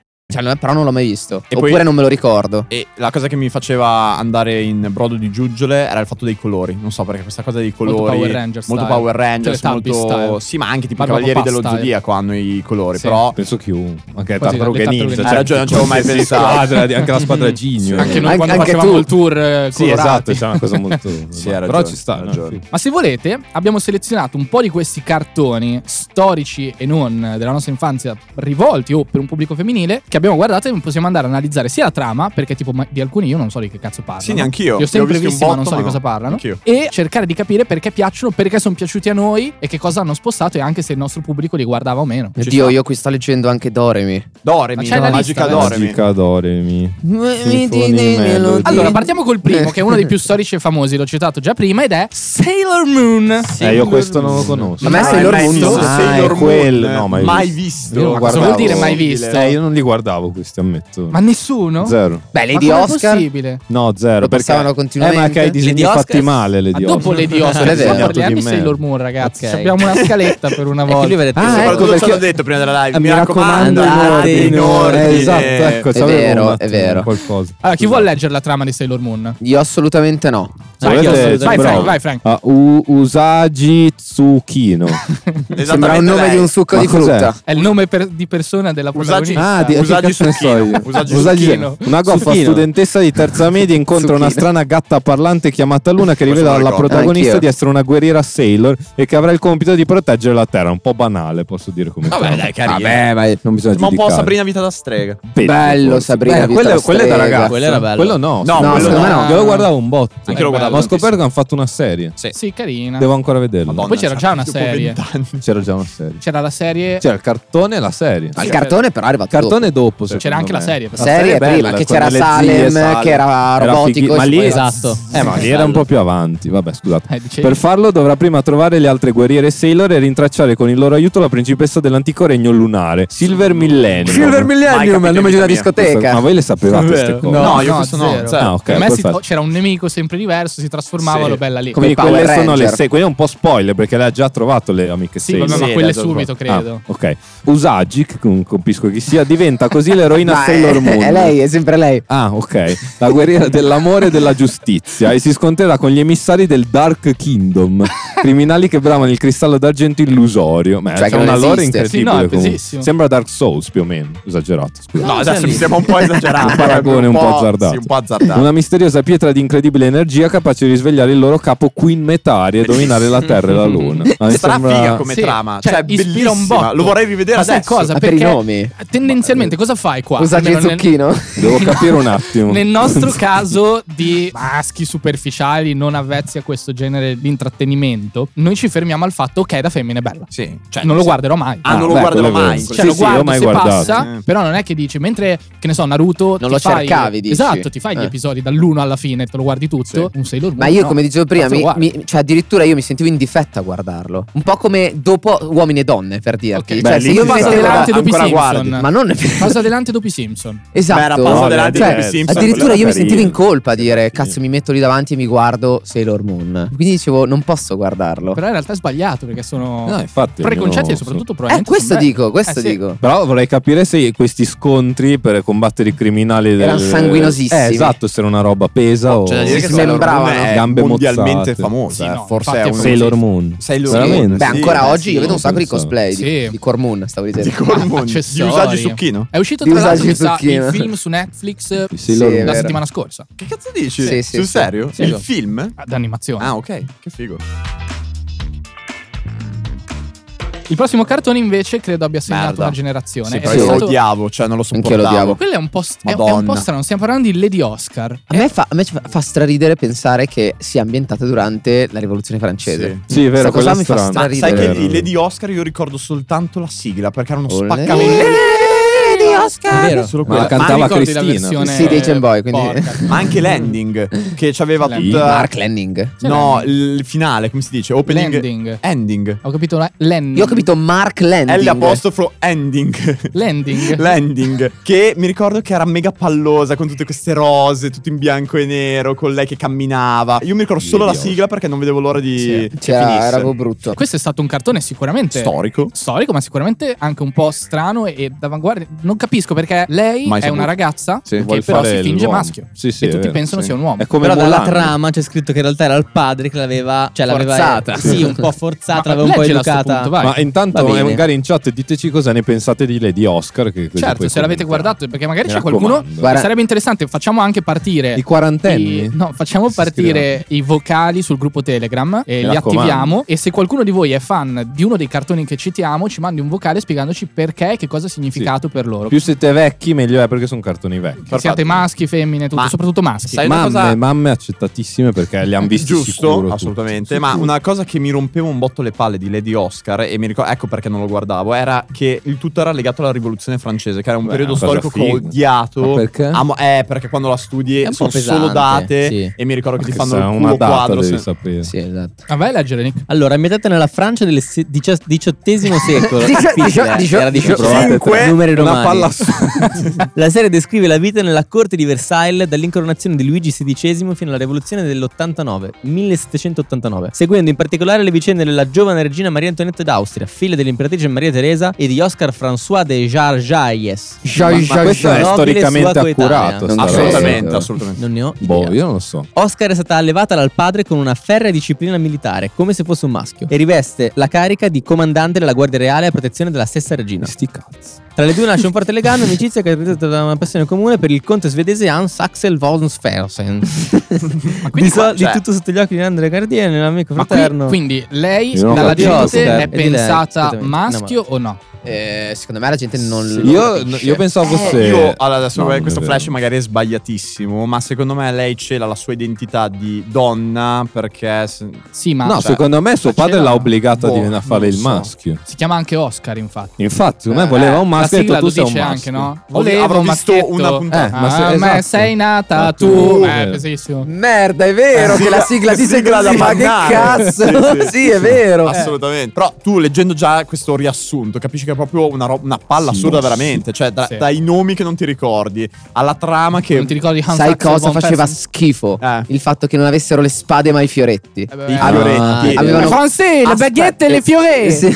Cioè, no, però non l'ho mai visto.
E
Oppure
poi-
non me lo ricordo.
E la cosa che mi faceva andare in brodo di giuggiole era il fatto dei colori. Non so perché questa cosa dei
Molto
colori.
Power Rangers
Molto
style.
Power Rangers,
Teletubbies
molto.
style.
Sì, ma anche tipo i
Barba
Cavalieri
papà
dello
style.
Zodiaco hanno i colori.
Sì.
Però.
Penso chiunque. Anche
Quasi
Tartaruga
le tartarughe
Ninja.
ninja.
cioè,
Hai
ragione, non ci avevo mai
qualsiasi
pensato.
squadra, anche
[LAUGHS]
la squadra Gigno.
Anche noi
Anche-
quando
anche
facevamo
tu.
il tour eh,
Sì,
colorati.
esatto, c'è una
[LAUGHS]
[LAUGHS]
cosa molto...
Sì, hai
Però
ragione,
ci sta,
hai
no,
ragione.
sì.
Ma se volete, abbiamo selezionato un po' di questi cartoni storici e non della nostra infanzia, rivolti o per un pubblico femminile, che abbiamo guardato e possiamo andare a analizzare sia la trama, perché tipo ma- di alcuni io non so di che cazzo parlano.
Sì, neanch'io.
Li ho sempre
Li ho visti
visti,
un
ma
botto,
non so
ma
di
no.
cosa parlano.
Anch'io.
E cercare di capire perché piacciono, perché sono piaciuti a noi e che cosa hanno spostato e anche se il nostro pubblico li guardava o meno.
Oddio, io qui sto leggendo anche Doremi.
Doremi,
Ma c'è la
Magica
lista,
Doremi.
Magica Doremi.
Allora, partiamo col primo, che è uno dei più storici e famosi, l'ho citato già prima, ed è Sailor Moon.
Eh, io questo non lo conosco.
A me
No,
Sailor
mai
Moon
visto
no.
Ah,
Sailor
è
Moon,
quello.
eh.
No, mai
mai
visto.
visto.
Io lo
Ma cosa
guardavo.
vuol dire mai visto?
Eh, io non li ricordavo questi, ammetto.
Ma nessuno?
Zero.
Beh,
Ma
Lady
com'è
Oscar.
possibile?
No, zero.
Lo
Perché...
passavano
Eh, ma
continuamente.
che hai i disegni
Lady Oscar-
fatti male, le
Ma
di
dopo le di
È
Oscar,
vero.
stiamo
Di
parlando di
merda.
Sailor Moon, ragazzi.
Ok.
Abbiamo una scaletta per una
È che lui
volta.
aveva detto
Ah, ecco
Soprattutto ci
perché-
hanno detto prima della live.
Eh,
Mi, raccomando, ah,
andate
in
in
ordine.
ordine.
Eh, esatto, ecco,
È
c'avevo
vero,
un attimo
è vero.
Qualcosa.
Allora, chi
Scusate.
vuole leggere la trama di Sailor Moon?
Io assolutamente no.
Vai,
Volete-
Chiara,
Vai,
bravo.
Frank, vai, Frank.
Ah, U- Usagi Tsukino.
Sembra un nome di un succo
Ma
di
cos'è?
frutta.
È il nome per- di persona della
Usagi-
protagonista.
Ah, di, che
Usagi
cazzo ne so
Tsukino.
io?
Usagi
Tsukino.
Una goffa
Tsukino.
studentessa di terza [LAUGHS] media incontra una
Tsukino.
strana gatta parlante chiamata Luna che
Questo
rivela
me lo
alla
ricordo.
protagonista
Anch'io.
di essere una guerriera Sailor e che avrà il compito di proteggere la Terra. Un po' banale, posso dire come
Vabbè,
trama.
dai, carino.
Vabbè, ma non bisogna
Ma un po'
giudicare.
Sabrina Vita da strega.
Peggio,
Bello,
forse.
Sabrina
Beh,
Vita
quello,
la
quello è da
strega.
ragazzo.
Quello era bello.
Quello no. Ah.
No, quello
secondo
no.
me no.
Io lo guardavo un botto.
Anche io lo guardavo
Ma ho scoperto che
tantissimo.
hanno fatto una serie.
Sì, carina.
Devo ancora vederlo.
Madonna,
Poi c'era già una
tipo
serie.
20 anni.
C'era già una serie.
C'era la serie.
C'era il cartone e la serie.
Il
Ah, Il
cartone però è arrivato dopo.
cartone dopo.
C'era
secondo
anche la
me.
serie,
La serie
bella,
prima, che
con
c'era
le zie,
Salem,
Salem.
che era
Era
robotico.
fighi- ma lì
Esatto.
Eh, ma lì era un po' più avanti. Vabbè, scusate.
Eh, dicevi-
Per farlo dovrà prima trovare le altre guerriere Sailor e rintracciare con il loro aiuto la principessa dell'antico regno lunare, Silver Millennium.
Silver Millennium, è il
capito,
nome di una
vita mia.
discoteca.
Ma voi le sapevate queste cose?
No, io questo no,
zero.
zero.
Ah, ok,
Per me si-
perfetto.
c'era un nemico sempre diverso, si trasformava,
Sì.
lo bella lì.
Come-
Quindi
i Power
quelle sono le
Ranger.
sei. Quindi è un po' spoiler perché lei ha già trovato le amiche
Sì,
Sailor.
vabbè, ma
sì,
quelle
la trovo.
subito, credo.
Ah, ok. Usagi, che non capisco chi sia, diventa
[LAUGHS]
così l'eroina
Ma è-
Sailor Moon.
È lei, è sempre lei.
Ah, ok. La guerriera dell'amore e della giustizia. E si scontrerà con gli emissari del Dark Kingdom. Criminali che bramano il cristallo d'argento illusorio. Ma
Cioè,
c'è
che non
una lore
esiste.
incredibile.
Sì, no, è
comunque.
pesissimo.
Sembra Dark Souls più o meno. Esagerato. scusa.
No, adesso mi sembra un po' esagerato.
Un paragone un po' azzardato.
Ah, Sì, un po' azzardato.
Una misteriosa pietra di incredibile energia capace di risvegliare il loro capo Queen Metari e dominare la Terra e la Luna. Ma mi
Sarà
sembra-
figa come
Sì,
trama.
cioè,
Cioè,
ispira
bellissima.
un botto.
Lo vorrei rivedere
Ma sai
adesso.
cosa?
Ma per
Perché
i nomi?
Tendenzialmente cosa fai qua?
Usagi
Almeno
il
nel-
zucchino.
Devo capire un attimo.
Nel
[LAUGHS]
nostro caso di maschi superficiali non avvezzi a questo genere di intrattenimento, noi ci fermiamo al fatto che è da femmina è bella.
Sì, cioè,
non lo guarderò mai.
Ah, non lo
beh,
guarderò
quello è
mai.
vero.
Cioè,
Sì,
lo
sì, io
guardo
mai
se
guardato.
passa,
Eh.
però non è che dici, mentre che ne so, Naruto
Non
ti
lo
fai-
cercavi, dici?
Esatto, ti fai gli
Eh.
episodi dall'1 alla fine, te lo guardi tutto, un Sailor Moon.
Ma io,
no.
come dicevo prima,
Cazzo,
mi-
guarda.
mi- cioè, addirittura io mi sentivo in difetto a guardarlo. Un po' come dopo Uomini e Donne, per dirti.
Ok.
Cioè,
Beh,
se io
lì ci
mi
sta.
Passa
mettevo
delante
là-
dopo i
ancora
Simpson.
Ma non è vero.
Passa delante dopo i
[LAUGHS]
Simpson.
Esatto.
Beh, era Passo
No,
delante
cioè,
dei Simpson.
Addirittura io mi
Carino.
sentivo in colpa a dire
Carino.
cazzo mi metto lì davanti e mi guardo Sailor Moon. Quindi dicevo non posso guardarlo.
Però in realtà è sbagliato perché sono
No, infatti,
preconcetti
no,
e soprattutto
Eh,
probabilmente
questo
son belli.
dico, questo
Eh, sì.
dico.
Però vorrei capire se questi scontri per combattere i criminali
Erano
del-
sanguinosissimi.
Eh, esatto, se era una roba pesa
Oh,
o
cioè,
C'è da
dire che
Sailor
sembravano.
Moon è
Gambe
mondialmente
mozzate.
famosa.
Sì,
eh.
no,
Forse
infatti
è
è
uno
Sailor Moon.
Sailor
Sì.
Veramente?
Moon.
Beh,
sì.
ancora oggi io vedo un
non
sacco di
pensavo.
cosplay di-
Sì.
di Core Moon, stavo dicendo.
Di Cormon. Di
Accessori.
Usagi Tsukino.
È uscito
Di
tra l'altro
Usagi
mi sa, il
Tsukino.
film su Netflix
Sì, Sailor Moon.
la
vero.
settimana scorsa.
Che cazzo dici?
Sì, sì,
Sul
sì.
serio?
Sì.
Il film?
Ad animazione.
Ah, ok. Che figo.
Il prossimo cartone invece credo abbia segnato
Merda.
una generazione.
Sì,
È
però
sì.
io lo
stato-
odiavo, cioè non lo
Anch'io
sopportavo.
lo odiavo.
Quello è un po', st- è- è un po
Madonna.
strano. Stiamo parlando di Lady Oscar.
A me, fa, a me ci fa- fa straridere pensare che sia ambientata durante la rivoluzione francese.
Sì.
Sì,
Questa
è
cosa
vero, quella
mi
è
fa
strana.
stra-
Ma sai che
ridere.
di Lady Oscar io ricordo soltanto la sigla perché era uno
Olè.
spaccamento.
Lady Oscar.
È vero.
Solo
Ma la
quella.
can- Cantava
Ma ricordi
Cristina.
La versione
Sì, dei Genboy, quindi-
porca.
Ma anche l'ending che c'aveva
Sì.
tutta
Mark Lenning.
No, il finale, come si dice? Opening
Landing.
Ending.
Ho capito la- Lenning.
Io ho capito Mark Lenning.
L apostrofo ending.
Landing.
[LAUGHS] Landing, che mi ricordo che era mega pallosa con tutte queste rose, tutto in bianco e nero, con lei che camminava. Io mi ricordo solo la
Dio.
sigla perché non vedevo l'ora di
Sì.
che
C'era,
finisse.
Cioè, era proprio brutto.
Questo è stato un cartone sicuramente
storico.
storico, ma sicuramente anche un po' strano e d'avanguardia. Non capisco perché lei
Mai
è
saputo.
una ragazza
Sì,
che
vuol
però si
fare
finge
l'uomo.
maschio.
Sì, sì,
e
è
tutti
vero,
pensano
sì.
sia un uomo.
È come
Però dalla
Mulan.
trama c'è scritto che in realtà era il padre che l'aveva. Cioè, l'aveva.
Forzata.
Sì, un po' forzata,
eh. Ma
l'aveva un po'
leggila a sto
educata.
punto, vai.
Ma intanto
Va bene.
magari in chat diteci cosa ne pensate di Lady Oscar. Che così
Certo,
poi
se l'avete
commentiamo.
guardato, perché magari
Mi
c'è qualcuno.
raccomando.
Guarda-
Sarebbe interessante, facciamo anche partire.
I quarantenni?
i- no, facciamo
Si
partire i vocali sul gruppo Telegram e
Mi
li
raccomando.
attiviamo. E se qualcuno di voi è fan di uno dei cartoni che citiamo, ci mandi un vocale spiegandoci perché e che cosa ha significato per loro.
Più siete vecchi, meglio è perché sono cartoni vecchi.
Che siate maschi, femmine, tutto,
Ma-
soprattutto maschi.
Sai-
mamme,
una cosa-
mamme accettatissime perché le hanno visti
Giusto,
sicuro tutti.
assolutamente.
Sì,
ma
sì.
una cosa che mi rompeva un botto le palle di Lady Oscar, e mi ricordo, ecco perché non lo guardavo, era che il tutto era legato alla rivoluzione francese, che era un
Beh,
periodo
una cosa
storico che ho
figa.
odiato.
Ma perché?
Amo- eh, perché quando la studi
È un
sono
po'
solo
pesante,
date
sì.
e mi ricordo che ti
Perché
fanno
se
il
è
culo
una data
quadro.
devi
se-
sapere.
Sì, esatto.
Ah, vai a leggere, Nick.
Allora, ambientata nella Francia del se- dicio- XVIII secolo.
Dicio- [LAUGHS]
Difficile, eh.
dicio-
Era
dicio-
[LAUGHS] difficile.
Cinque.
Numeri
Una
romani.
palla basso.
La serie descrive la vita nella corte di Versailles dall'incoronazione di Luigi XVI fino alla rivoluzione dell'89, 1789, seguendo in particolare le vicende della giovane regina Maria Antonietta d'Austria, figlia dell'imperatrice Maria Teresa e di Oscar François de Jarjailles.
Ma- ma questo
Cioè,
è
Nobile
storicamente
sua coetanea.
accurato. sta
Assolutamente,
roba.
assolutamente.
Non ne ho idea.
Boh, io non lo so.
Oscar è stata allevata dal padre con una ferrea disciplina militare, come se fosse un maschio, e riveste la carica di comandante della Guardia Reale a protezione della stessa regina.
Sti cazzo.
Tra le due nasce un forte legame, amicizia caratterizzata da una passione comune per il conte svedese Hans Axel von Sfersen. di,
quindi qua-
so- di
cioè-
tutto sotto gli occhi di Andrea Gardiani, un amico
Ma qui-
fraterno.
quindi lei
Io non
dalla
capisco.
gente
Oscar,
è
e di lei,
pensata
assolutamente.
maschio o no?
Eh, secondo me la gente non lo
Io,
capisce.
io pensavo fosse.
Eh, Io allora, adesso eh,
No, non è
questo
vero.
flash magari è sbagliatissimo, ma secondo me lei cela la sua identità di donna perché se-
Sì, ma
No,
cioè,
secondo me suo
faceva-
padre l'ha obbligata a
boh,
diventare a fare
non
il
so.
maschio.
si chiama anche Oscar, infatti.
Infatti, secondo me
Eh,
voleva un
La
maschio e ha
sigla
detto,
lo
tu sei un
dice anche,
maschio.
no?
Avrò
Volevo un
visto
maschietto.
una puntata.
Eh, ma
ah,
se-
ma
esatto.
sei nata
Ma
tu.
tu-
Eh,
eh.
pesissimo.
Merda, è vero che la sigla dice
sigla
così, ma che
bannare.
cazzo? Sì, è vero.
Assolutamente. Eh, Però tu leggendo già questo riassunto capisci che è proprio una, ro- una palla
Sì,
assurda
sì.
veramente. Cioè da-
Sì.
dai nomi che non ti ricordi alla trama che...
Non ti ricordi Hans
Sai
Axel
cosa
von
faceva
Fersen?
schifo?
Eh.
Il fatto che non avessero le spade ma i fioretti.
Eh, beh,
I
eh,
fioretti.
Ah, avevano-
Français,
Aspetta. eh,
fiore.
Sì.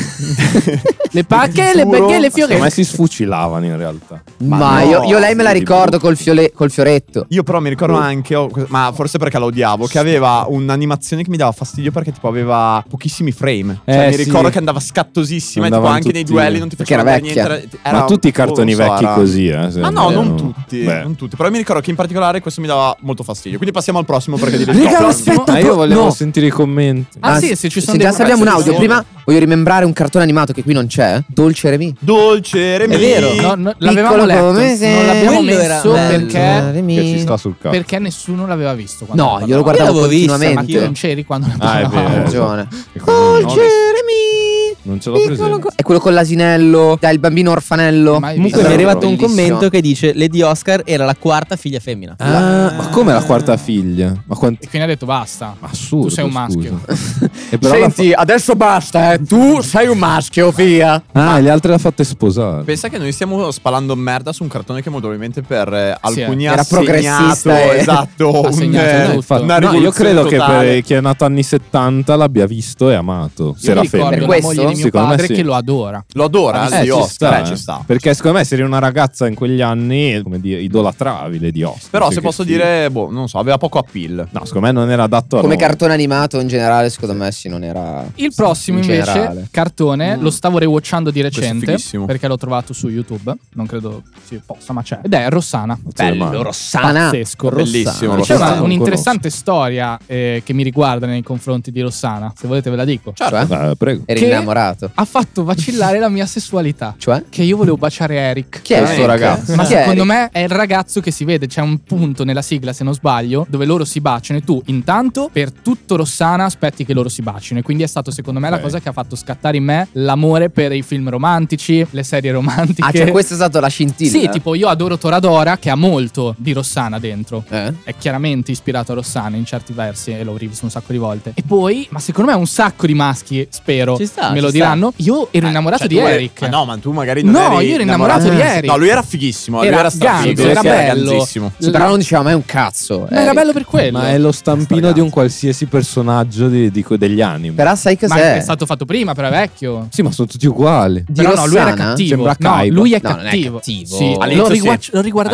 Le pacche, le baguette, le fiore.
Secondo me si sfucilavano in realtà.
Ma,
no,
io, io lei me la
sì, di
ricordo
brutto.
col, fiole- col fioretto.
Io però mi ricordo anche, oh, que- ma forse perché la odiavo, che aveva un'animazione che mi dava fastidio perché tipo aveva pochissimi frame. Cioè
Eh,
mi
sì.
ricordo che andava scattosissima e tipo
Andavano
anche nei
tutti-
duelli non ti
perché
faceva
era
vedere
vecchia.
niente.
Ma tutti i cartoni vecchi così, eh.
Ma
se-
Ah, no,
eh,
non tutti,
Beh.
non tutti. Però mi ricordo che in particolare questo mi dava molto fastidio. Quindi passiamo al prossimo perché direi
Raga,
troppo.
ma aspetta,
Ma io
pro-
volevo
no.
sentire i commenti.
Ah,
Anzi,
sì, se ci sono
se
dei
già abbiamo un
pezzi
audio,
di
prima voglio rimembrare un cartone animato che qui non c'è. eh. Dolce Remi.
Dolce, Remy.
È vero.
No, no, l'avevamo
Piccolo
letto,
come se-
non l'abbiamo
Quello
era
messo
bello.
perché,
Che
Remi.
ci sta sul cazzo.
perché nessuno l'aveva visto. quando
No,
ne
io lo
parlavamo.
guardavo
l'avevo vista,
Ma tu non
continuamente.
c'eri quando ne
Ah, è
parlavamo.
vero.
Hai ragione.
E
Oh,
quindi no,
Remi.
Non ce l'ho presente.
È quello con l'asinello, dai, il bambino orfanello.
Mai
Comunque mi è
Esatto,
arrivato un
bellissimo.
commento che dice Lady Oscar era la quarta figlia femmina.
Ah, ma come la quarta figlia? Ma
E
quanti...
quindi ha detto basta.
Assurdo.
Tu sei un
scusa.
maschio.
e però la fa-
adesso basta, eh. Tu sei un maschio, fia.
Ah, le altre le ha fatte sposare.
Pensa che noi stiamo spalando merda su un cartone che molto probabilmente per eh,
Sì,
alcuni
eh.
ha
Era
segnato,
progressista, eh.
esatto,
Ha segnato
eh,
tutto.
infatti, una
No, io
rivoluzione
credo che
totale.
per chi è nato anni 70 l'abbia visto e amato. Se
Io
era
mi ricordo
femmina.
la
Questo?
moglie di mio
Secondo me
padre
sì.
che lo adora.
Lo adora,
Eh,
eh,
ci
Oscar,
sta,
eh,
eh.
ci sta.
Perché secondo me se eri una ragazza in quegli anni, come dire, idolatravi le di Oscar.
Però
Sì,
se
che
posso
sì.
dire, boh, non so, aveva poco appeal.
No, secondo me non era adatto a
Come
noi.
cartone animato in generale, secondo me, sì, non era.
Il prossimo
in
invece,
generale.
cartone, lo stavo rewatchando di
Questo è
recente
fighissimo.
perché l'ho trovato su YouTube, non credo si possa, ma c'è. Ed è Rossana.
c'è male.
Rossana. Pazzesco,
Rossana. Bellissimo, Cioè,
C'è
Rossana.
una-
Non
un'interessante storia eh, che mi riguarda nei confronti di Rossana, se volete ve la dico.
Cioè?
Eh, prego.
Eri
Che-
innamorato.
Ha fatto vacillare la mia sessualità.
Cioè?
Che io volevo baciare Eric.
Chi è
Questo
Eric?
ragazzo.
Ma
Chi è
secondo
Eric?
me Eh, è il ragazzo che si vede. C'è un punto nella sigla, se non sbaglio, dove loro si baciano. E tu, intanto, per tutto Rossana, aspetti che loro si bacino. E quindi è stato, secondo me,
Ok.
la cosa che ha fatto scattare in me l'amore per i film romantici, le serie romantiche.
Ah, cioè, questa è stata la scintilla.
Sì, tipo, io adoro Toradora, che ha molto di Rossana dentro
Eh?
è chiaramente ispirato a Rossana in certi versi e l'ho rivisto un sacco di volte. E poi, ma secondo me un sacco di maschi, spero,
Ci sta,
me
ci
lo
sta.
diranno. Io ero
Eh,
innamorato
cioè,
di
tu eri-
Eric.
Ah, no, ma tu magari non
No,
eri Eh,
io ero innamorato di Eric.
No, lui era fighissimo, lui
Era
era strafigo,
ganzo,
sì,
era
sì,
bello.
grandissimo.
Sì, però non diceva mai un cazzo.
Ma
Eh,
era
Eric.
bello per quello.
Ma è lo stampino di un qualsiasi personaggio di- di que- degli anime.
Però sai
Ma
cos'è?
è stato fatto prima, però è vecchio.
Sì, ma sono tutti uguali.
Di
però no, lui era
Rossana?
cattivo.
Sembra
No,
Kaiba.
lui è
No, non è
cattivo. cioè,
cattivo.
Sì,
All'inizio
lo, riguac-
sì.
lo riguardavo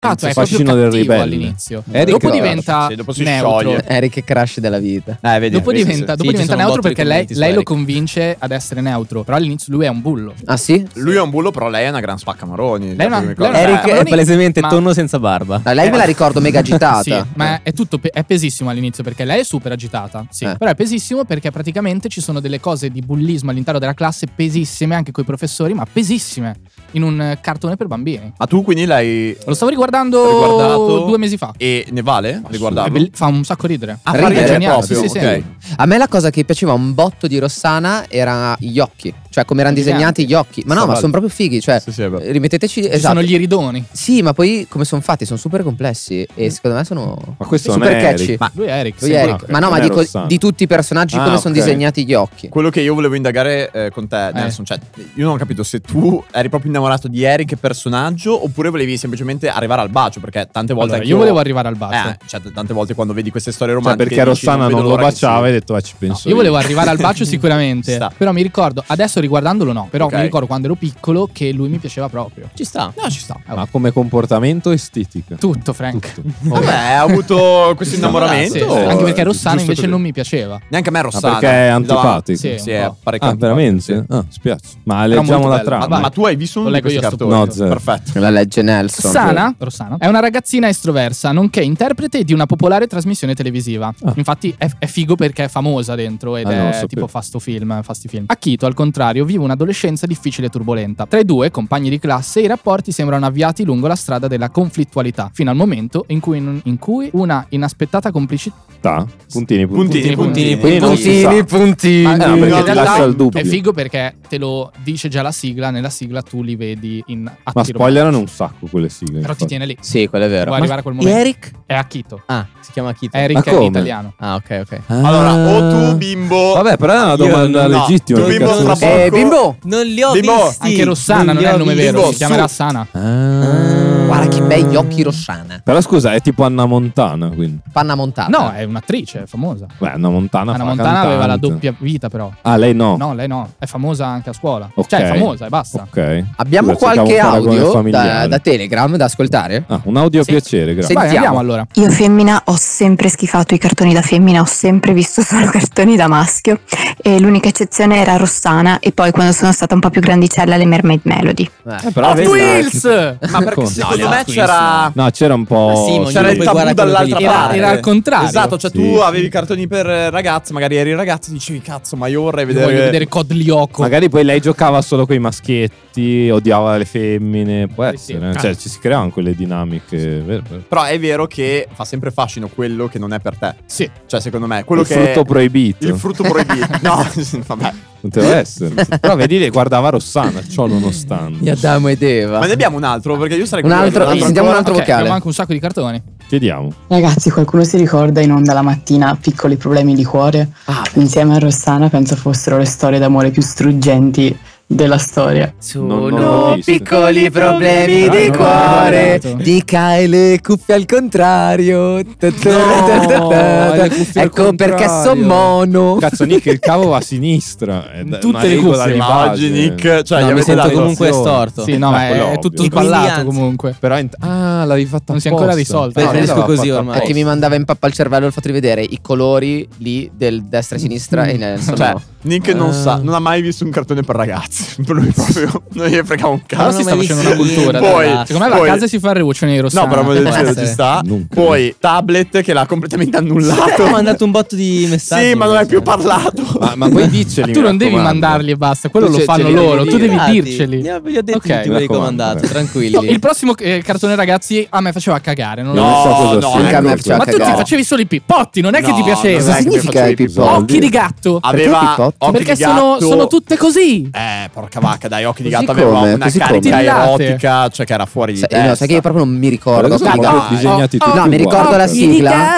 Cazzo, è proprio
fascino del
cattivo
ribelle.
all'inizio.
Eric
dopo
Ross.
diventa
Sì, dopo si
neutro.
scioglie.
Eric crash della vita.
Eh, vedi,
Dopo
vedi se-
diventa,
sì,
dopo
ci
diventa
sono
neutro
botte di
perché lei,
commenti su
lei lo
Eric.
convince ad essere neutro. Però all'inizio lui è un bullo.
Ah sì?
Lui è un bullo, però lei è una gran spacca maroni.
Lei è una- lei
Eric
Eh,
è
Maroni-
palesemente
ma-
tonno senza barba.
No, lei me la ricordo mega agitata.
Eh, Sì, ma è- è tutto pe- è pesissimo all'inizio perché lei è super agitata. Sì,
Eh.
però è pesissimo perché praticamente ci sono delle cose di bullismo all'interno della classe pesissime anche coi professori, ma pesissime in un eh, cartone per bambini.
Ma tu quindi l'hai
Lo stavo riguardando
Riguardato?
due mesi fa.
E ne vale
È
riguardarlo?
bell- fa un sacco ridere.
Ah,
È
fa
ridere
geniale,
boh. proprio,
sì, sì, sì.
ok.
A me la cosa che piaceva un botto di Rossana era gli occhi, cioè come erano disegnati gli occhi. Ma no, ma sono proprio fighi, cioè
Sì, sì, è vero.
rimetteteci
Ci
esatto.
sono gli iridoni.
Sì, ma poi come sono fatti, sono super complessi e secondo me sono
Ma questo non
super
è cioè,
catchy.
Eric.
Ma,
Lui è Eric.
lui
sì.
è Eric.
ma ok,
ma no,
non
ma
è
dico
Rossana.
di tutti i personaggi
Ah,
come sono
ok.
disegnati gli occhi.
Quello che io volevo indagare eh, con te, Nelson, cioè, io non ho capito se tu eri proprio innamorato di Eric personaggio oppure volevi semplicemente arrivare al bacio, perché tante volte
Allora,
anch'io-
io volevo arrivare al bacio.
Eh, cioè, t- tante volte quando vedi queste storie
Cioè,
romantiche
perché
dici,
Rossana
vedo
non lo
l'ora che si-
baciava ed ha detto, "Ah, ci penso
Io volevo arrivare al
[LAUGHS]
bacio sicuramente,
Sta.
però mi ricordo, adesso riguardandolo no, però
Ok.
mi ricordo quando ero piccolo che lui mi piaceva proprio.
Ci sta.
No, ci sta. Ah,
Ma come comportamento estetico.
Tutto, Frank.
Vabbè, ha avuto questo innamoramento.
Sì, anche perché Rossana
Giusto
invece
così.
non mi piaceva.
Neanche a me
Ma
Rossana.
perché è
Mi dava-
antipatico.
Sì.
Sì, è
un po'.
parecchio
Ah,
antipatico,
veramente?
sì.
Ah, spiace. Ma
Era molto
leggiamo la
bello.
trama.
Ma, ma tu hai visto uno
Lo
di
leggo
questi
io sto
cartoni?
No, zero.
Perfetto.
La legge Nelson.
Rossana, Rossana è una ragazzina estroversa, nonché interprete di una popolare trasmissione televisiva.
Ah.
Infatti è, è figo perché è famosa dentro ed
Ah, non lo
è
sapevo.
tipo fasto film, fasti film. Akito, al contrario, vive un'adolescenza difficile e turbolenta. Tra i due, compagni di classe, i rapporti sembrano avviati lungo la strada della conflittualità, fino al momento in cui, in cui una inaspettata complicità
Ta. Puntini,
Puntini,
puntini.
puntini,
Quindi non si sa.
puntini.
Ma
no,
in
Ah, perché ti
realtà
lascia il dubbio.
È figo perché te lo dice già la sigla, nella sigla tu li vedi in a
Ma
tiro
spoilerano un sacco quelle sigle.
basso. Però ti
infatti.
tiene lì.
Sì, quello è vero.
Può arrivare a quel momento.
Eric?
È Akito.
Ah, si chiama Kito.
Eric è
come?
italiano.
Ah, ok,
Eh,
ok.
Allora, o tu bimbo...
Ah. Vabbè, però è una
Io-
domanda
no,
legittima.
tu
che
bimbo
cazzo
tra
ne so.
poco-
Eh, bimbo!
Non li ho
Bimbo.
visti.
Anche Rossana non
li
è
ho
il nome
visti.
vero,
Bimbo,
si chiamerà
su.
Sana.
Ah.
Guarda che bei occhi Rossana.
Però scusa, è tipo Anna Montana, quindi.
Panna montata.
Ah, No, eh. è un'attrice, è famosa.
Beh, Anna Montana
Anna
fa
Montana aveva la
cantante.
doppia vita però.
Ah, lei no.
No, lei no, è famosa anche a scuola.
Ok. Oh.
Cioè, è famosa e basta.
Ok.
Abbiamo
Scusa, cercavo
qualche
un paragone
audio da,
familiare.
da Telegram da ascoltare?
Ah, un audio a piacere, grazie.
Vai, andiamo
Sentiamo.
allora.
Io femmina ho sempre schifato i cartoni da femmina, ho sempre visto solo [LAUGHS] cartoni da maschio e l'unica eccezione era Rossana e poi quando sono stata un po' più grandicella le Mermaid Melody.
Eh.
però
Hot
vedi,
Wheels!
dai.
Ma perché
Come?
secondo
No,
me
no,
c'era...
No, c'era un po'.
Ma
Oh,
sì, ma ognuno
C'era
Poi
il tabù
guarda quello che gli
dall'altra
pare.
parte.
Era
Eh,
al contrario.
Esatto, cioè
Sì,
tu
sì.
avevi i cartoni per eh, ragazzi, magari eri ragazzi, dicevi cazzo, ma io vorrei
Io
vedere.
Voglio vedere Cod Lyoko.
Magari poi lei giocava solo con i maschietti, odiava le femmine. Può
Sì, Ah. sì.
essere. eh. Cioè, ci si creavano quelle dinamiche. vero, vero.
Però è vero che fa sempre fascino quello che non è per te.
Sì.
Cioè, secondo me, quello
il
che
frutto
è
proibito.
il frutto proibito. no, [LAUGHS] vabbè.
non deve essere. Però vedi, le guardava Rossana,
[LAUGHS]
ciò nonostante.
Adamo ed Eva.
Ma ne abbiamo un altro, perché io sarei
Un
curioso,
altro- sentiamo un altro
Ok,
vocale.
Abbiamo anche un sacco di cartoni.
Chiediamo.
Ragazzi, qualcuno si ricorda in onda la mattina piccoli problemi di cuore?
Ah, beh.
Insieme a Rossana penso fossero le storie d'amore più struggenti della storia.
Non- non l'ho visto.
piccoli problemi di
Ah, no,
cuore.
no, no, no.
Ti cai le cuffie al contrario. Ta- ta- ta- ta- ta-
le cuffie al
Ecco perché
contrario.
sono mono.
[LAUGHS] Cazzo, Nick, il cavo va a sinistra. Eh, È
Tutte
una
le
regola
cuffie.
di base.
Immagini, Nick, cioè,
No,
gli
mi
avete
sento
dato-
[LAUGHS]
comunque storto.
Sì, no,
Eh,
ma
quello
è, è
ovvio.
tutto
I
sballato
quindi,
comunque.
Però int- ah, l'avevi fatta
Non si è ancora
apposta.
risolta.
No,
Preferisco
l'aveva
così
fatta
ormai.
apposta.
Perché mi mandava in pappa al cervello il fatto di vedere i colori lì del destra e sinistra e Nelson.
Cioè,
no.
Nick non sa,
Eh.
non ha mai visto un cartone per ragazzi. [LAUGHS] Per lui proprio non gli frega un
Però
non
cazzo.
si
ho
sta
mai
facendo una
visto
cultura.
niente.
Poi-
dai. Secondo me
poi-
la casa si fa il revucino di
No,
Rossana. Eh,
però voglio
Può
dire,
essere.
ci sta.
Non credo.
Poi tablet che l'ha completamente annullato.
Ho mandato un botto di messaggi.
[LAUGHS] Sì, ma non hai più
parlato.
parlato.
Ma,
[LAUGHS]
ma poi diceli.
Ma tu
mi
non devi
raccomando.
mandarli e basta, quello
Tu
lo
ce-
fanno
ce li devi
loro, tu
dire.
devi dirceli.
Gli ho gli ho detto
Ok,
tutti,
mi
ve li
raccomando.
comandato,
No,
tranquilli.
il prossimo eh, cartone ragazzi a me faceva cagare, non lo
Non
No,
so cosa
no,
sia.
anche a me
faceva
Ma tu ti
cagare.
facevi solo i pippotti, non è che
No,
ti
non è
piaceva.
che mi
significa
facevi
i
i
pipponi?
soldi.
Occhi di gatto.
Perché i
Aveva,
pipotti?
Occhi
Perché
di
sono,
gatto.
sono tutte così.
Eh, porca vacca, dai, Occhi di
Così
Gatto aveva
come,
una
così
carica
come.
erotica, cioè che era fuori di
Sai,
testa.
no, sai che io proprio non mi ricordo.
Guarda,
Cavolo.
sono disegnati
no,
tutti
mi
uguali.
ricordo la
Occhi di
sigla.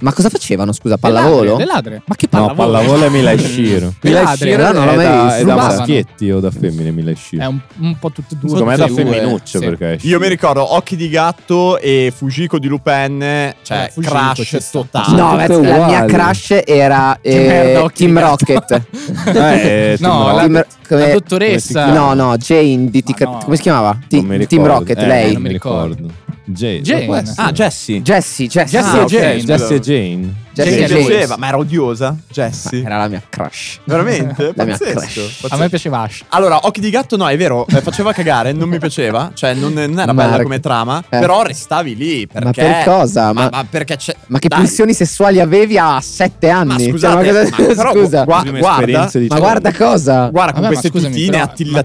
Ma cosa facevano? Scusa, pallavolo?
Le ladre. Ma che
No,
pallavolo?
pallavolo è Milai Shiro.
Milai Ladri, Shiro no, non l'ho
è,
mai
da,
visto.
è da
Rubavano.
maschietti o da femmine Milai Shiro?
È un, un po' tutte e due.
Secondo me è da
tutte e due,
femminuccio
sì.
perché esce.
Io mi ricordo Occhi di Gatto e Fujiko di Lupin, cioè
Eh, Fujiko, ci
crash
sta.
totale.
No,
tutte
beh, la mia
uguali.
crush [LAUGHS] era
Che
eh,
merda, occhi di
Team
gatto.
[LAUGHS] Rocket.
Eh,
No,
Tim
la-
Roth.
Team- come-
La dottoressa.
No, no, Jane di Tic-
Ma no.
come si chiamava? Ti-
Non mi ricordo.
Team Rocket,
Eh,
lei.
Non mi ricordo. Jane.
Jane.
Può essere.
Ah, Jessie.
Jessie, Jessie.
Jessie e
Ah, ok.
Jane.
Jessie e Jane.
Jessie
Mi
e James.
piaceva, ma era odiosa. Jessie.
Era la mia crush.
Veramente?
[LAUGHS] La mia
Pazzesco.
crush.
pazzesco.
A me piaceva Ash.
Allora, Occhi di Gatto, no, è vero, eh, faceva cagare, non mi piaceva, cioè non, non era
Ma-
bella come trama,
eh.
però restavi lì perché...
Ma per cosa? Ma-
perché c'è...
Ma che
dai,
pulsioni sessuali avevi a 7
Ma
anni? Cioè,
scusate,
cosa-
ma
[LAUGHS]
però
scusa.
gua-
Prima
guarda,
esperienza di-
ma guarda cosa?
guarda con
Vabbè,
queste
ma scusami,
tutine
però- ma tu non- tipo,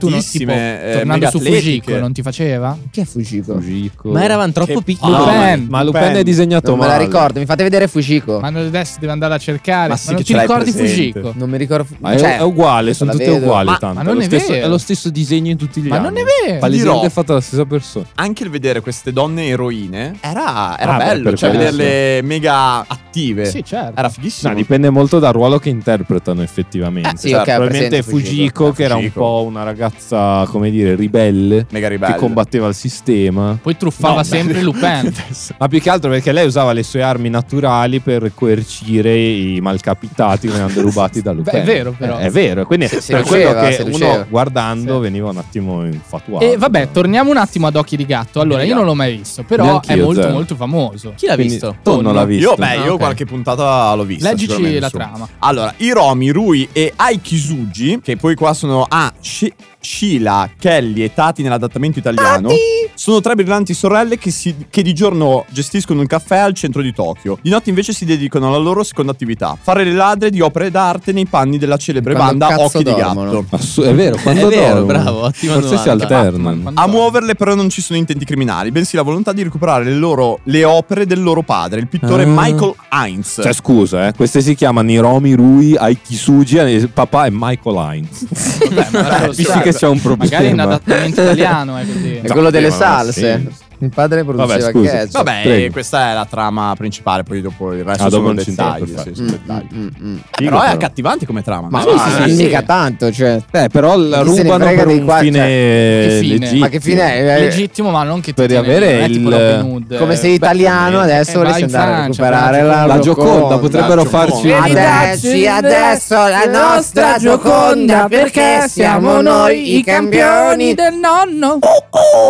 attillatissime, eh,
tornando su
megatletiche.
Fujiko, non ti faceva?
Chi è Fujiko?
Fujiko.
Ma eravamo troppo
Che
piccoli.
palle.
Lupin.
Lupin.
Ma Lupin è disegnato
Non me
male.
la ricordo, mi fate vedere Fujiko.
Ma non- adesso devi andare a cercare.
Ma
Ma,
sì
non
che
ti
ce l'hai
ricordi
presente.
Fujiko?
Non mi ricordo.
Ma Ah, è,
cioè,
è uguale, sono
la
tutte
vedo.
uguali
Ma-
tanto.
ma non
È lo
è
stesso-
vero.
È lo stesso disegno in tutti gli
Ma
anni.
non è vero.
Palesemente
Dirò.
è fatta la stessa persona.
Anche il vedere queste donne eroine era, era
Ah, beh,
bello,
per
cioè
quello,
vederle mega attive.
Sì, certo.
Era fighissimo.
No, dipende molto dal ruolo che interpretano effettivamente.
Eh,
cioè,
sì, ok,
probabilmente
presente Fujiko.
Fujiko, che era un
Fujiko.
po' una ragazza, come dire, ribelle,
mega ribelle.
che combatteva il sistema.
Poi truffava
No, [LAUGHS] Esatto.
sempre Lupin.
Adesso-
Ma più che altro perché lei usava le sue armi naturali per coercire i malcapitati che erano
[LAUGHS]
rubati da Lupin.
Beh, è vero, però.
Eh, È, vero, quindi
Se- se
per
riusciva,
quello
se
che
riusciva.
uno guardando
Sì.
veniva un attimo infatuato.
E vabbè, torniamo un attimo ad Occhi di Gatto. Allora, io non l'ho mai visto, però
Neanch'io,
è molto
zero.
molto famoso.
Chi l'ha
Quindi-
visto?
Tu non l'ha visto.
Io, beh,
Ah,
io
ok.
qualche puntata l'ho vista.
Leggici
sicuramente,
la
su.
trama.
Allora, Hiromi, Rui e Aikisugi, che poi qua sono a Shi- Sheila, Kelly e Tati nell'adattamento italiano, sono tre brillanti sorelle che, si- che di giorno gestiscono un caffè al centro di Tokyo. Di notte invece si dedicano alla loro seconda attività, fare le ladre di opere d'arte nei panni della celebre
Quando
banda
cazzo
Occhi
dormono?
di Gatto.
Assu-
[LAUGHS]
è vero, quando
È vero,
dormono.
bravo, ottima
Forse si
domanda.
alternano.
Quando-
A muoverle però non ci sono intenti criminali, bensì la volontà di recuperare le, loro, le opere del loro padre, il pittore
Ah.
Michael Heinz.
Cioè, scusa, eh, queste si chiamano Hiromi, Rui, Aikisugi, e il papà è Michael Heinz.
Vabbè, ma
[LAUGHS]
ora lo
Capisci
sai.
che c'è un problema. Eh,
Magari in adattamento italiano è
[LAUGHS]
così.
è quello delle
ma non
salse.
sì.
Il padre produceva
Vabbè, scusi.
ketchup.
Vabbè,
Prego.
eh, questa è la trama principale, poi dopo il resto
Ah, dopo
sono
non ci
dettagli.
interessa,
sì,
perfetto.
sono
Mm,
dettagli.
mm, mm, mm.
Eh, però è accattivante come trama.
Ma,
no?
ma
sì, sì.
mica tanto, cioè.
Eh, però la
Chi se ne
rubano
frega
per
dei
un
qua-
fine,
Che fine?
legittimo.
Ma che fine è? Eh,
Legittimo, ma non che
Per
tutti ne-
avere
non è tipo
il-
Robin Hood.
Come sei
Eh,
italiano adesso
eh,
volessi
vai in
andare a
Francia,
recuperare
vai in
la,
La Gioconda,
Gioconda.
potrebbero
Gioconda.
farci...
Vieni da-
Adesso, adesso la nostra Gioconda perché siamo noi i campioni.
del nonno.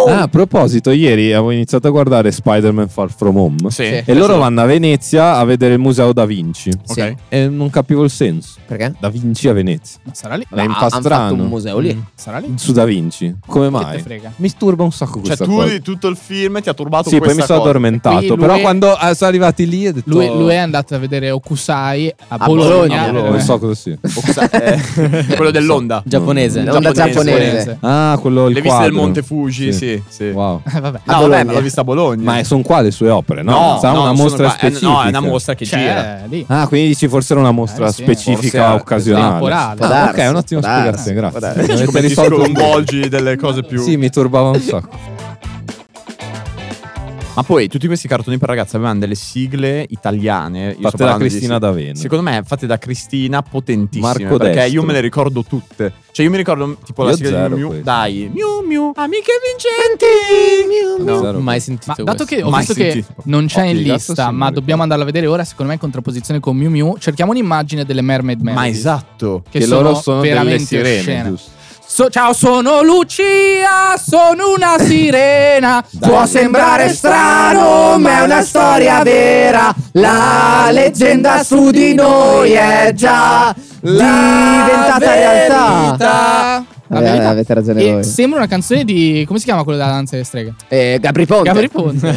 Ah, a proposito, ieri avevo iniziato a guardare Spider-Man Far From Home.
Sì. Cioè,
E loro vanno a Venezia a vedere il museo Da Vinci.
Sì.
Ok.
E non capivo il senso.
Perché?
Da Vinci a Venezia.
Ma sarà lì?
È un
Ah,
po'
han fatto un
strano.
museo lì.
Sarà lì?
Su Da Vinci. Come
Che te
mai?
frega?
Mi turba un sacco
Cioè,
questa
tu
cosa.
di tutto il film ti ha turbato
Sì, poi mi
questa
sono
cosa.
addormentato.
Quindi lui-
Però quando eh, sono arrivati lì ho detto...
Lui, lui è andato a vedere Okusai a,
Bologna.
Bologna. eh,
A Bologna.
Oh. "Ah, Non so cosa [LAUGHS] sia.
Okusai- eh, quello dell'onda.
Giapponese.
No. L'onda giapponese.
Ah, quello il
Le viste del
quadro.
Monte Fuji, sì, sì.
Wow.
[LAUGHS] Eh, vabbè.
No, vabbè, ma l'ho vista a Bologna.
Ma sono qua le sue opere, no? Sarà
no,
una
non sono
mostra
qua. Eh,
specifica.
No, è una mostra che
Cioè,
gira.
C'è lì.
Ah, quindi dici forse era una mostra
Eh, sì,
specifica
forse è
occasionale.
temporale.
Ah,
Può darsi,
ok, è un'ottima
può darsi.
spiegazione, grazie.
Guarda,
Mi avete
come ti
risolto un po'.
sconvolgi delle
[LAUGHS]
cose più...
Sì, mi turbava un sacco.
Ma poi tutti questi cartoni per ragazze avevano delle sigle italiane. Io sto
Fatte da
parlando di
Cristina
sig-
D'Avena.
Secondo me fatte da Cristina potentissime.
Marco
perché
Destro.
io me le ricordo tutte. Cioè io mi ricordo tipo la
Io
sigla
zero
di Miu Miu.
queste.
Dai, Miu Miu, amiche vincenti. Miu Miu.
Zero.
mai sentito
Ma dato
questo.
che ho
Mai
visto che
sentito.
non c'è
Occhi
in
di gatto
lista,
sì,
ma
non
dobbiamo andarla a vedere ora, secondo me in contrapposizione con Mew Mew, cerchiamo un'immagine delle Mermaid
Ma
Melodies.
esatto.
Che, sono
loro sono delle
veramente
sirene,
oscene.
giusto?
So- ciao, sono Lucia, sono una sirena.
Può sembrare strano, ma è una storia vera. La leggenda su di noi è già diventata realtà.
La
Vabbè,
verità.
avete ragione
E
voi.
sembra una canzone di. come si chiama quella della danza delle streghe?
Eh, Gabri Ponte.
Gabri Ponte.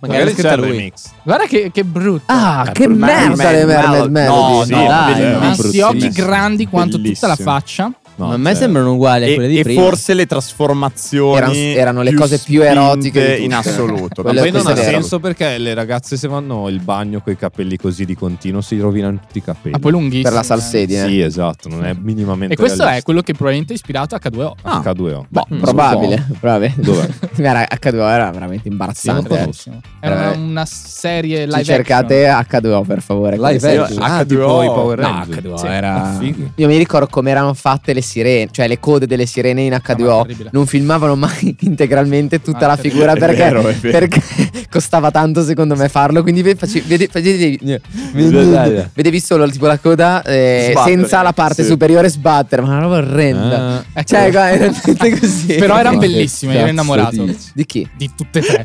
Magari c'è il remix.
Guarda che, che brutto.
Eh,
Ah, che merda
Mermaid
le Mermaid
Melody. No,
Melody.
no,
Dai.
bellissimo.
Anzi,
bruttissimo.
occhi grandi quanto tutta la
Bellissimo.
faccia.
Ma a me sembrano uguali a
E,
quelle di
e
prima.
forse le trasformazioni
Erano- erano le cose più
spinte
erotiche di
in
tutte.
assoluto.
Quello- Poi
Ma
Poi non ha
questo è vero.
senso perché le ragazze se vanno il bagno con i capelli così di continuo si rovinano tutti i capelli.
Ah, poi lunghissimo.
Per la
salsetta
salsedine.
Eh.
Sì, esatto, non è minimamente
E questo è
realistico.
quello che probabilmente è ispirato a K2O.
Ah.
H2O.
Boh,
Mm,
probabile,
[LAUGHS]
probabile.
Dov'è?
Era H2O era veramente imbarazzante. eh.
Bellissimo. È una,
Veramente.
una serie live
Se cercate H2O per favore.
Live
quelle
action.
serie.
Ah,
H2O.
tipo i Power
No,
Rangers.
H2O
Sì.
era-
Ah, fighi.
Io mi ricordo come erano fatte le sirene, cioè le code delle sirene in
Ah, ma è
H2O.
terribile.
non filmavano mai [LAUGHS] integralmente tutta
Ah,
la
terribile.
figura
È
perché,
vero, è vero.
perché [LAUGHS] costava tanto secondo me farlo. Quindi ve- faci- vede- vedevi, vedevi, solo tipo la coda eh,
Sbattere,
senza la parte
sì.
superiore sbattere, ma una roba orrenda.
Ah,
Ecco.
Cioè, guarda,
[LAUGHS]
era veramente così.
Però erano
Ma che
bellissime, ero
cazzo
innamorato.
dici?
Di chi?
Di tutte e tre.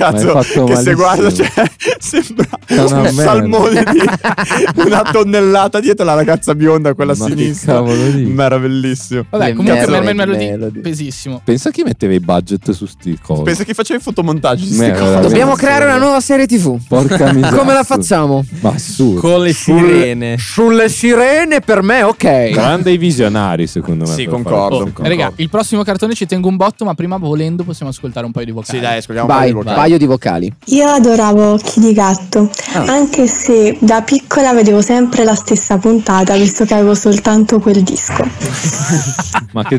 Cazzo, che
Ma hai fatto
se
malissimo.
guardo, cioè, [LAUGHS] sembra
È una
un
merda.
salmone di
[LAUGHS]
una tonnellata dietro la ragazza bionda, quella a
Ma che
sinistra.
cavolo dici?
Ma era bellissimo.
Vabbè,
Le
comunque
merda,
per me
le
Melody
melody.
pesissimo.
Pensa chi metteva i budget su sti cose.
Pensa che faceva i fotomontaggi. di
Merda,
Queste cose.
veramente.
Dobbiamo creare una nuova serie TV.
[LAUGHS]
Porca miseria.
Come la facciamo?
Ma assurdo.
Con le sirene.
Sulle sirene per me, ok.
Grande i visionari, secondo me.
Sì,
per fare
concordo.
queste
Oh,
cose.
Raga, il prossimo cartone ci tengo un botto, ma prima volendo possiamo ascoltare un paio di vocali.
Sì, dai, ascoltiamo un po'
Vai,
di
un
vocali.
paio di vocali.
Io adoravo Occhi di gatto, anche se da piccola vedevo sempre la stessa puntata, visto che avevo soltanto quel disco.
Ma che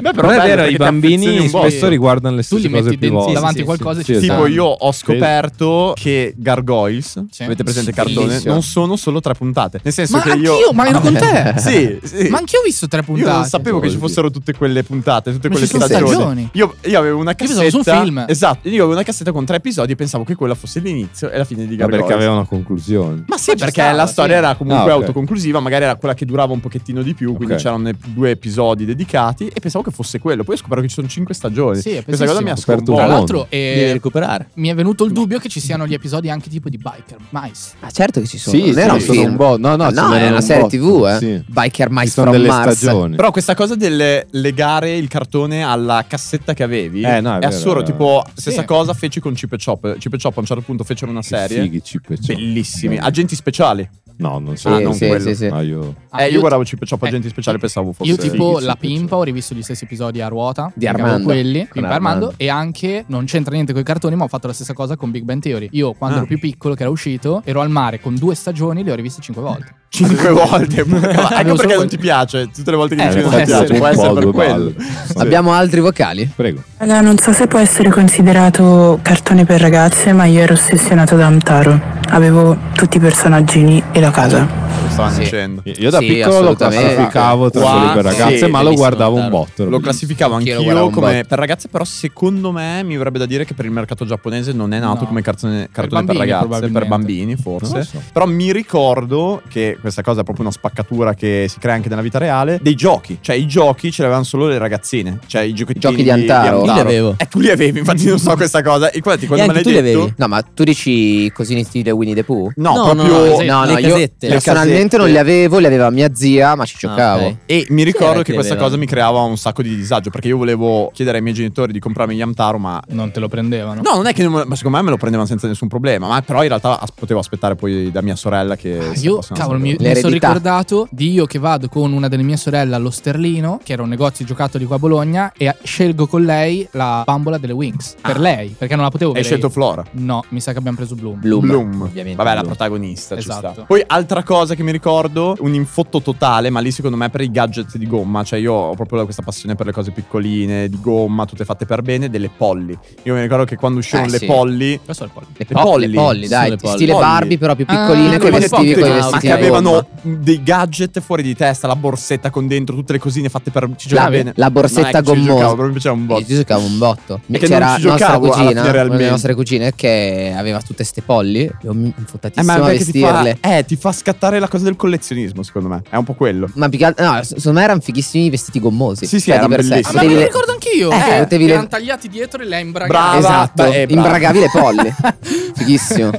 [LAUGHS] Beh, però
però è
bello,
vero,
perché
i
ti
bambini
affezioni un po'.
spesso riguardano le
Tu
stesse
li
cose
metti
più
denti-
volte.
davanti
Sì,
qualcosa e
sì,
ci
esatto.
Tipo, io ho
Sì.
scoperto che Gargoyles,
Sì.
avete presente il cartone,
Bellissimo.
non sono solo tre puntate. Nel senso
Ma
che io.
anch'io, ma ero
[LAUGHS]
con te.
Sì, sì.
Ma anch'io ho visto tre puntate.
esatto. Io non sapevo che ci fossero tutte quelle puntate, tutte
Ma
quelle
ci sono
stagioni.
stagioni.
Io, io avevo una
pensavo
cassetta.
fosse un film.
Esatto, io avevo una cassetta con tre episodi e pensavo che quella fosse l'inizio e la fine di
Ma
Gargoyles.
perché aveva una conclusione.
Ma sì,
Ma ci
perché
stava,
la storia
sì.
era comunque
Ah, ok.
autoconclusiva, magari era quella che durava un pochettino di più, quindi
Ok.
c'erano ne- due episodi dedicati e pensavo che fosse quello. Poi ho scoperto che ci sono cinque stagioni.
Sì, è
Questa cosa mi ha
pesissimo. Ho
sconvolto.
aperto un
Tra
Buono.
l'altro, eh,
Devi recuperare.
mi è venuto il dubbio che ci siano gli episodi anche tipo di Biker Mice.
Ah,
Ma certo che ci sono.
Sì,
non
sì,
era un
sono
film.
un
Boh,
bot. No, no,
Ah,
ci sono
era
un
una serie
bot.
TV, eh.
Sì.
Biker
Ci
Mice
sono
from
delle
Mars.
stagioni.
Però questa cosa del legare il cartone alla cassetta che avevi
Eh, no, è
è,
vero,
assurdo.
è vero.
Tipo, stessa
Sì.
cosa feci con Chip e Chop. Chip e Chop a un certo punto fecero una
Che
serie.
Fighi, ci piacciono.
Bellissimi, agenti speciali.
No, non so.
Ah, non
sì,
quello.
sì, sì.
No, io...
Ah,
eh, io,
io-
guardavo Chip e Chop
eh,
agenti speciali, pensavo fosse
Io tipo
Fighissimo,
La
piacere.
Pimpa ho rivisto gli stessi episodi a ruota.
Di
avevo
Armando.
Quelli,
Con
Pimpa e Armando.
Armando.
E anche, non c'entra niente con i cartoni, ma ho fatto la stessa cosa con Big Bang Theory. Io quando
Ah.
ero più piccolo, che era uscito, ero al mare con due stagioni, le ho riviste cinque volte.
cinque volte. Ma Anche
Avevo solo
perché non
quello.
ti piace. Tutte le volte che
Eh,
dici
può
non ti piace,
essere.
può essere per
due
quello.
palle.
Abbiamo altri vocali?
Prego.
Raga, non so se può essere considerato cartone per ragazze, ma io ero ossessionato da Amtaro. Avevo tutti i personaggini e la casa.
Lo stanno dicendo.
Io da
Sì,
piccolo lo
assolutamente.
classificavo tra
Qua-
quelli per ragazze,
sì,
ma lo
bellissimo,
guardavo un
Taro.
botto.
Lo classificavo
Anch'io lo
anch'io
guardavo un
come
botto.
per ragazze, però secondo me mi verrebbe da dire che per il mercato giapponese non è nato
No.
come cartone, cartone per,
bambini,
ragazze, per
probabilmente.
bambini
Non lo
forse.
so.
Però mi ricordo che questa cosa è proprio una spaccatura che si crea anche nella vita reale, dei giochi, cioè i giochi ce li avevano solo le ragazzine, cioè i giochi
Giochi di Antaro.
Io li avevo.
Eh, tu li avevi, infatti non so questa cosa. E guarda, quando
E
me
anche
l'hai
tu li
detto
avevi?
No, ma tu dici così in stile Winnie the Pooh?
No,
No,
proprio
no, no,
No,
le
no, io
casette.
personalmente
Le
non li
casette.
avevo, li aveva mia zia, ma ci giocavo.
Ah, ok.
E mi
era
ricordo
che
che questa
aveva?
cosa mi creava un sacco di disagio perché io volevo chiedere ai miei genitori di comprarmi gli Amtaro, ma
Non te lo prendevano.
No, non è che non me- ma secondo me me lo prendevano senza nessun problema, ma però in realtà as- potevo aspettare poi da mia sorella che
Ah,
si
io,
possono
cavolo, mi,
aspettare.
mi sono
L'eredità.
ricordato di io che vado con una delle mie sorelle allo Sterlino, che era un negozio di giocattoli qua a Bologna, e scelgo con lei la bambola delle Wings. Per lei, perché non la potevo
Hai
vedere.
scelto Flora.
No, mi sa che abbiamo preso Bloom.
Bloom.
Bloom.
Ovviamente.
Vabbè, la
Bloom.
protagonista, ci
Esatto.
sta. Poi altra cosa che mi ricordo, un infotto totale, ma lì secondo me per i gadget di gomma, cioè io ho proprio questa passione per le cose piccoline, di gomma, tutte fatte per bene, delle polli. Io mi ricordo che quando uscivano
Eh,
le
sì.
polli...
Cosa è il pollo?
Le polli, le polli, dai,
Sono le polli.
stile
Polli.
Barbie, però più piccoline,
Ah,
con i
le
vestiti- con i
polli,
vestiti
ma che
a gomma.
avevano dei gadget fuori di testa, la borsetta con dentro, tutte le cosine fatte per... Ci
La,
giocava bene.
la borsetta
No, è che ecco, ci
gommosa.
giocavo, proprio mi piaceva un botto.
Io ci giocavo un botto.
E che
C'era
non ci
nostra
giocavo alla fine
cugina, una
realmente.
delle nostre cugine che aveva tutte ste polli. e Io mi
Eh,
infottatissimo
ma
a
perché ti fa,
vestirle.
eh, ti fa scattare la cosa del collezionismo, secondo me. È un po' quello.
Ma più che altro, no, s- secondo me erano fighissimi i vestiti gommosi.
Sì, sì,
Cioè, di
erano
per sé.
bellissimi.
Ah, ma me
Potevi
lo
le-
ricordo anch'io.
Eh,
Eh,
potevi le-
erano tagliati dietro e lei imbragata.
Brava.
Esatto,
Eh, brava.
imbragavi le polli. [LAUGHS] Fighissimo.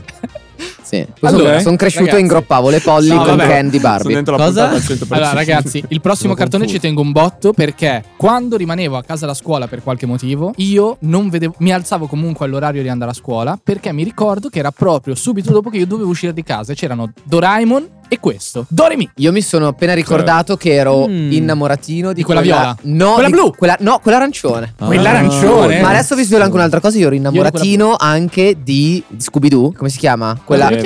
[LAUGHS]
Sì.
Allora,
sono cresciuto
ragazzi.
e ingroppo le polli
No,
con
vabbè,
Candy
sono
Barbie.
dentro la
Cosa?
puntata al 100%.
Allora, ragazzi, il prossimo
Sono
cartone
confuso.
ci tengo un botto perché quando rimanevo a casa da scuola per qualche motivo, io non vedevo. Mi alzavo comunque all'orario di andare a scuola perché mi ricordo che era proprio subito dopo che io dovevo uscire di casa. e C'erano Doraemon e questo. Doremi!
Io mi sono appena ricordato che ero
Mm.
innamoratino di,
Di quella viola?
No,
Quella
di-
blu?
quella- no, quella arancione.
Quella arancione?
Ah. Ma adesso ho visto anche un'altra cosa. Io ero
Io
innamoratino anche di Scooby-Doo. Come si chiama? Quella,
Eh,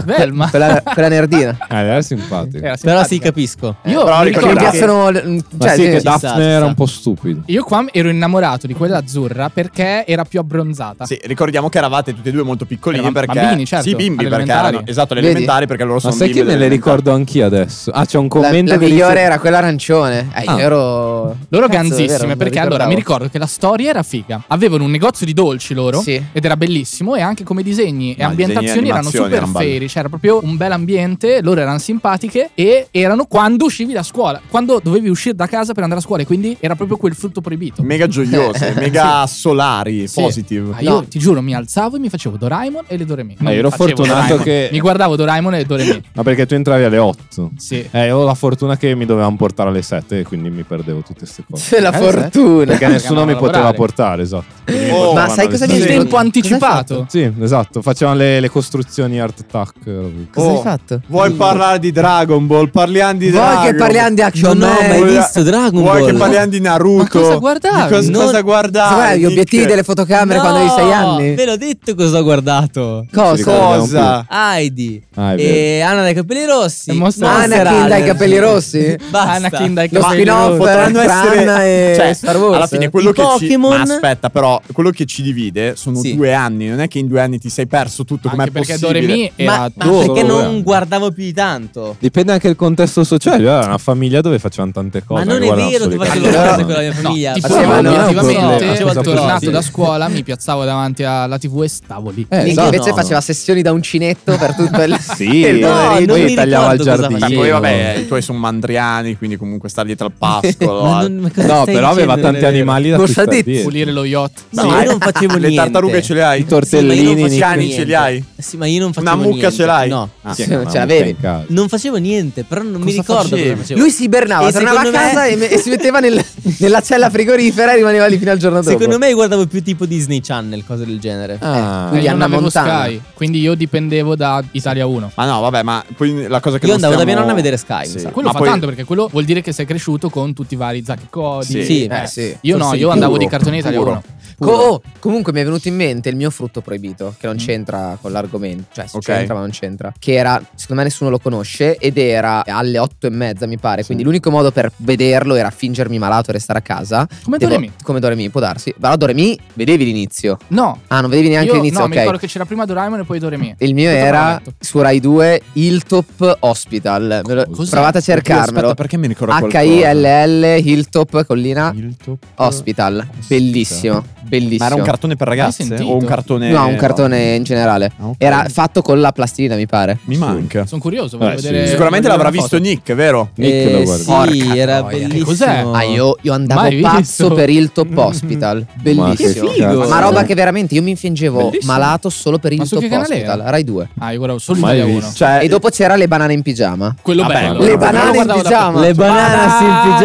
quella,
Velma.
quella-
[LAUGHS]
quella nerdina.
Eh, era simpatico.
Era
Però
simpatica.
sì, capisco.
Io
Però
mi
Che mi
ricordo
ricordate-
che-
piacciono.
Ma
Cioè,
sì,
sì.
che
ci sta, ci
Daphne era
sta.
un po' stupido.
io qua ero innamorato di quella azzurra perché era più abbronzata.
Sì, ricordiamo che eravate tutti e due molto piccolini
Eravamo
perché
bambini, certo,
Sì, bimbi
alle
perché
elementari.
erano esatto, le
Vedi?
elementari perché loro
Ma
sono
sai
bimbi
che me
delle
le
elementari.
ricordo anch'io adesso? Ah, c'è un
La,
commento
la
che
migliore
dice-
era quella arancione. Eh,
Ah.
io ero.
Loro
Cazzo, è vero,
ganzissime,
non me lo
perché allora
ricordavo. [LAUGHS]
mi ricordo che la storia era figa. Avevano un negozio di dolci loro
Sì.
ed era bellissimo e anche come disegni e
No,
ambientazioni
disegni e
erano
animazioni
super
erano belli.
feri, c'era proprio un bel ambiente, loro erano simpatiche e erano quando uscivi da scuola, quando dovevi uscire da casa per andare a scuola e quindi era proprio quel frutto proibito.
[LAUGHS]
mega gioiose, mega solari,
Sì.
Mm, positive.
Ma io ti giuro, mi alzavo e mi facevo Doraemon e le Doremi.
Eh, ero fortunato che-
Mi guardavo Doraemon e le Doremi.
Ma perché tu entravi alle 8?
Sì.
Eh, io ho la fortuna che mi dovevano portare alle 7 e quindi mi perdevo tutte queste cose.
C'è la
Eh,
fortuna. [LAUGHS]
Perché nessuno
andavano
mi
a
poteva
lavorare.
portare, esatto. Quindi mi
Oh,
portavano
Ma sai
alle
cosa mi
sette.
Il
Sì.
tempo
Cosa hai
anticipato.
Sì, esatto, facevano le, le costruzioni art attack. robe.
Cosa
Oh,
hai fatto?
Vuoi parlare di Dragon Ball? Parliamo di
Vuoi
Dragon
che parliamo di Action
Non ho
Man?
mai
Vuoi-
visto Dragon
Vuoi
Ball.
che parliamo di Naruto?
Ma cosa guardavi?
Di cosa,
Non-
cosa guardavi?
Guarda, gli
Nick?
obiettivi delle fotocamere quando avevi 6 anni.
Ve l'ho detto cosa ho guardato.
Non ci
Cosa? Eh,
ricordiamo
Cosa?
Heidi
più. Ah, è vero.
e Anna dai capelli rossi.
E Monster
Monster
Anakin dai
Allergy.
capelli rossi?
Basta.
Anakin dai
Lo
capelli
spin-off
rossi.
potranno
tra
essere-
Anna e
[LAUGHS] cioè,
Star Wars.
Alla fine quello
eh, I
che
Pokémon-
ci Ma aspetta, però quello che ci divide sono
Sì.
due anni, non è che in due anni ti sei perso tutto
Anche
com'è
perché
possibile.
Doremi era
Ma, ma
dove?
Ah, perché non guardavo più di tanto?
Dipende anche dal contesto sociale. Cioè, Io ero una famiglia dove facevano tante
Ma
cose.
non
che
è
guardavano
vero
solo
che
i
faccio
cartoni.
le cose con la mia
No,
famiglia.
ti
Ma
posso
sì,
dire,
ma non è un
obiettivamente,
problema.
esatto,
Cosa
tornato
possibile?
da scuola, mi piazzavo davanti alla TV e stavo lì.
Eh,
Minchia,
esatto.
invece faceva sessioni da uncinetto per tutto il [LAUGHS]
Sì,
il
no,
pomeriggio.
non mi
poi tagliava il
ricordo cosa
giardino.
Ma
facevo.
Eh, poi vabbè, i tuoi sono mandriani, quindi comunque stare dietro al pascolo.
[LAUGHS] Ma
al-
non- ma cosa
No,
stai
però aveva
dicendo,
tanti
non è vero?
animali da
Cosa
cui
ha
stare
detto?
dietro.
Pulire lo yacht.
No, io non facevo
[LAUGHS] Le
niente.
tartarughe ce le hai?
I tortellini,
Sì, ma io non
i
facevo
cani ce li hai?
Sì, ma io non facevo
Una mucca
niente.
ce l'hai?
No.
Ah, sì,
Ce
ma
l'avevi?
mica in casa.
Non facevo niente, però non mi
Cosa
ricordo cosa
facevi?
facevo.
Lui si bernava,
E
tornava a
secondo me-
casa e, me- e si metteva nel- nella cella frigorifera e rimaneva lì fino al giorno dopo.
Secondo me guardavo più tipo Disney Channel, cose del genere.
Ah,
Eh,
quindi
io non
Anna
avevo
Montana.
Sky, quindi io dipendevo da Italia 1.
Ma no, vabbè, ma poi la cosa che
Io
non
andavo da
stiamo-
mia nonna a vedere Sky, mi
Sì.
sa.
Quello
ma
fa
poi-
tanto perché quello vuol dire che sei cresciuto con tutti i vari Zack e Cody.
Sì.
Sì,
eh,
eh, sì.
Io no,
Forse
io
di
andavo
puro,
di cartone Italia
puro.
1.
Co- oh, comunque mi è venuto in mente il mio frutto proibito, che non c'entra con l'argomento, cioè sì,
Ok.
c'entra ma non c'entra, che era, secondo me nessuno lo conosce, ed era alle otto e mezza mi pare, quindi l'unico modo per vederlo era fingermi malato e restare a casa.
Come
Devo-
Doremi?
Come Doremi, può darsi. Però Doremi vedevi l'inizio.
No.
Ah, non vedevi neanche
io,
l'inizio,
no,
ok. Eh,
mi ricordo che c'era prima Doraemon e poi Doremi.
Il mio
Tutto
era
parlato.
su Rai 2 Hilltop Hospital. Me lo-
Cos'è?
Provate a cercarmelo.
Aspetta, perché mi ricordo qualcosa?
H-I-L-L Hilltop Collina
Il top-
Hospital. Bellissimo, bellissimo.
Ma era un cartone per
Hai
ragazze
sentito?
o un cartone
No, un cartone in generale.
Ah, ok.
Era fatto con la plastilina, mi pare.
Mi manca.
Sono curioso, voglio
Eh, sì.
vedere.
Sicuramente
voglio
l'avrà
vedere una
visto
foto.
Nick, vero?
Nick lo
Eh,
guarda.
Sì,
Porca
era
troia, che
bellissimo.
cos'è?
Ah, io, io andavo
Mai visto.
pazzo per
[LAUGHS]
il top hospital. Bellissimo.
Ma che figo.
Ma roba che veramente io mi fingevo
Bellissimo.
malato solo per il
Ma su che
top
canale era?
hospital. Rai 2.
Ah, io guardavo solo
Mai
Italia 1.
visto.
Cioè,
E dopo c'era le banane in pigiama.
Quello
Vabbè,
bello.
le
Quello
Eh, banane in
guardavo da-
pigiama.
Le banane in
Banane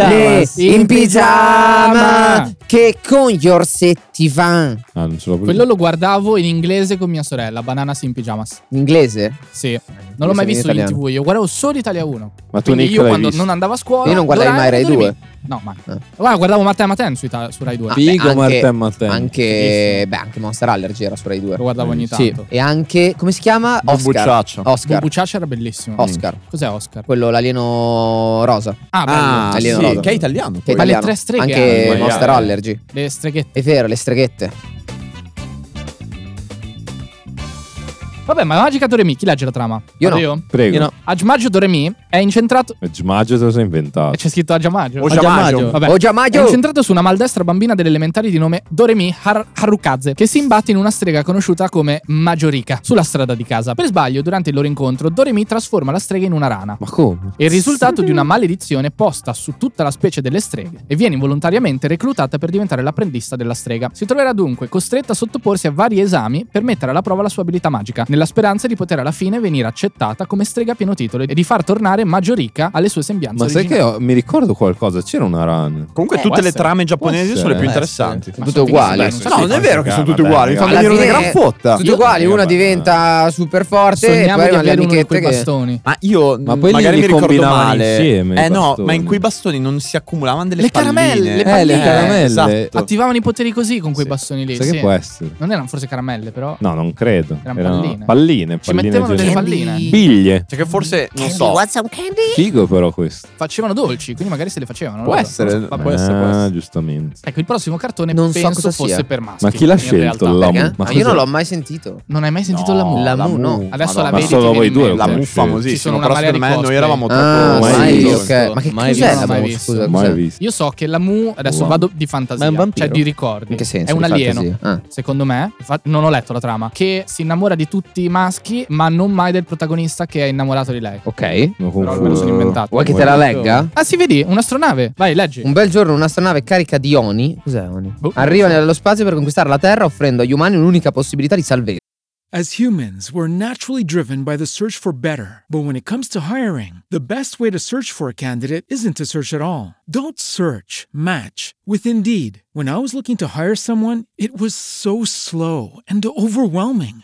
pigiama.
in pigiama. che con gli orsetti van.
Ah, non ce l'ho
Quello lo guardavo in inglese con mia sorella, Bananas in Pyjamas.
In inglese?
Sì. Non l'ho mai
Quindi
visto
sei in
in
italiano.
tv, io guardavo solo Italia 1.
Ma tu,
Quindi
Nick,
io
l'hai
quando
visto?
non andavo a scuola...
Io non guardai
Doraemon
mai Rai
e Doremi.
2.
No, ma...
Ah,
Guarda, guardavo Matteo e Mattè su, Ita- su Rai 2.
Figo
Marta e Mattei.
Anche, beh, anche Monster Allergy era su Rai 2.
Lo guardavo ogni
Sì.
tanto.
E anche, come si chiama? Oscar.
Bucciaccio.
Oscar.
Bucciaccia era bellissimo.
Oscar.
Cos'è Oscar?
Quello l'alieno rosa.
Ah, bello.
Ah,
Alieno
sì,
Rosa.
che è italiano.
Che è
poi.
Ma le
italiano.
tre streghe
Anche
hanno-
Monster
Eh.
Allergy.
Le streghette.
È vero, le streghette.
Vabbè, ma Magica Doremi, chi legge la trama?
Io
Vado
no.
Prego.
Io no. Agmaggio Doremi è incentrato...
Gmaggio te lo sei inventato.
C'è scritto Agmaggio.
O Giamaggio.
Vabbè.
Oh,
Ah,
Giamaggio!
È incentrato su una maldestra bambina delle elementari di nome Doremi Har- Harukaze, che si imbatte in una strega conosciuta come Majorika sulla strada di casa. Per sbaglio, durante il loro incontro, Doremi trasforma la strega in una rana.
Ma come?
È il risultato di una maledizione posta su tutta la specie delle streghe e viene involontariamente reclutata per diventare l'apprendista della strega. Si troverà dunque costretta a sottoporsi a vari esami per mettere alla prova la sua abilità magica, nella speranza di poter alla fine venire accettata come strega a pieno titolo e di far tornare Majorica alle sue sembianze
Ma sai che
originali.
ho- mi ricordo qualcosa? C'era una run.
Comunque
Eh, può
tutte le
essere.
trame giapponesi
Può
sono le più
essere.
interessanti.
Sono tutte uguali.
Beh, sì,
No,
sì,
non è
sì,
vero che
sì,
sono
vabbè,
tutte uguali, mi fa
vabbè.
Alla
venire una gran
fine,
fotta.
Tutti uguali, una diventa super forte. E
Eh, Sogniamo
poi
di
rimane
avere
lì
uno di
che
quei
che-
bastoni.
Ma io
Ma
ma
poi li-
magari
li
mi ricordo
combinavano
male.
insieme, i
Eh no,
bastoni.
ma in quei bastoni non si accumulavano delle
Le
palline.
caramelle, le
Eh, le
palline.
caramelle.
Esatto.
Attivavano i poteri così con quei bastoni lì.
Sai
sì.
che può essere?
Non erano forse caramelle, però.
No, non credo.
Erano
Erano
palline.
palline. Palline,
Ci mettevano delle
generiche.
palline.
Biglie.
Cioè che forse non so.
Figo però questo.
Facevano dolci, quindi magari se le facevano.
Può
loro.
Eh,
essere,
Vabbè.
può essere, può
ah,
essere.
giustamente.
Ecco, il prossimo cartone
Non so
penso
cosa
fosse
sia.
per maschi.
Ma chi l'ha
in
scelto?
realtà.
La mu-
Perché?
ma
Ah, io
cosa-
non l'ho mai sentito.
Non hai mai sentito la mu?
La mu, no.
Adesso la
Madonna, ma
vedi
solo
ti
voi
viene in
due
mente.
La
Cioè,
mu
sì.
Ci sono
famosissima,
una
però
marea
secondo
di
me noi
cosplay.
eravamo
Ah,
mai
troppo
mai,
visto.
ok. Ma che
Mai
cos'è
visto.
la
Mai
mu?
visto.
Scusa,
Mai
cos'è?
visto.
Io so che la mu adesso
Wow.
vado di fantasia,
Ma è un vampiro?
cioè di ricordi.
In che senso?
È un
Di
alieno,
fantasia? Ah.
secondo me. Infa- non ho letto la trama. Che si innamora di tutti i maschi, ma non mai del protagonista che è innamorato di lei.
Ok.
Non
Però me lo sono
confondo.
inventato.
Vuoi che te la legga?
Ah, si vedi, un'astronave. Vai, leggi.
Un bel giorno un'astronave carica di oni. Cos'è oni?
Boh.
Arriva nello spazio per conquistare la Terra, offrendo agli umani un'unica possibilità di salvezza.
As humans, we're naturally driven by the search for better. But when it comes to hiring, the best way to search for a candidate isn't to search at all. Don't search, match with Indeed. When I was looking to hire someone, it was so slow and overwhelming.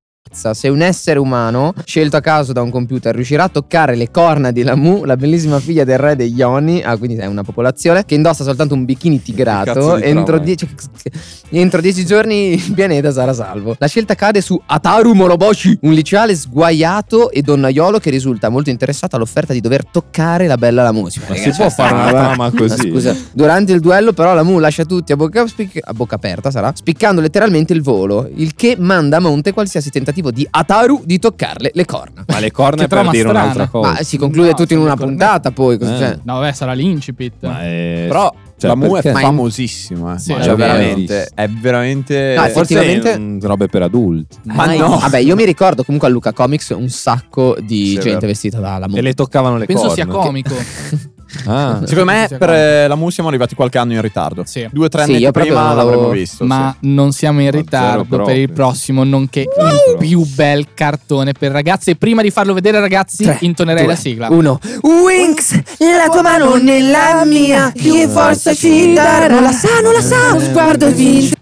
Se un essere umano, scelto a caso da un computer, riuscirà a toccare le corna di Lamu, la bellissima figlia del re degli Oni, ah, quindi è una popolazione, che indossa soltanto un bikini tigrato,
Che cazzo di eh.
entro,
trauma è?
dieci, [LAUGHS] entro dieci giorni il pianeta sarà salvo. La scelta cade su Ataru Moroboshi, un liceale sguaiato e donnaiolo che risulta molto interessato all'offerta di dover toccare la bella Lamu. Si fa,
Ma
"Raga,
si può
[LAUGHS]
fare una trama
ma
così?
Eh, Scusa, durante il duello, però, la Mu lascia tutti a bocca, spic- a bocca aperta, sarà, spiccando letteralmente il volo, il che manda a monte qualsiasi tentativo di Ataru di toccarle le corna.
Ma le corna
Che
è per
trama
dire
strana.
un'altra cosa.
Ma si conclude
No,
tutto in
sono
una
d'accordo.
puntata, poi. cioè, cosa
Oh. Eh.
c'è?
No, vabbè, sarà l'incipit.
Ma è-
Però
cioè,
la mu
perché?
è famosissima. eh.
Sì,
Cioè,
è vero.
veramente. È veramente.
No,
Eh, forse è
effettivamente-
un- robe per adulti.
Ma
Ah,
no.
Vabbè, io mi ricordo comunque a Luca Comics un sacco di
Sì, è
gente
vero.
vestita da Lamu.
E le toccavano le
Penso
corna.
sia
[LAUGHS]
comico.
Ah.
Secondo me
Sì,
per eh, la mu siamo arrivati qualche anno in ritardo.
Sì.
Due o tre
Sì,
anni
io proprio
prima
non l'avevo-
l'avremmo visto.
ma non siamo in
zero
ritardo per il
proprio.
prossimo, nonché
Zero
il
proprio.
più bel cartone per ragazzi. E prima di farlo vedere, ragazzi,
Tre,
intonerei
due,
la sigla.
Uno. Winx, la tua mano nella mia, che forza ci darà. Non la sa, non la sa, uno sguardo vince.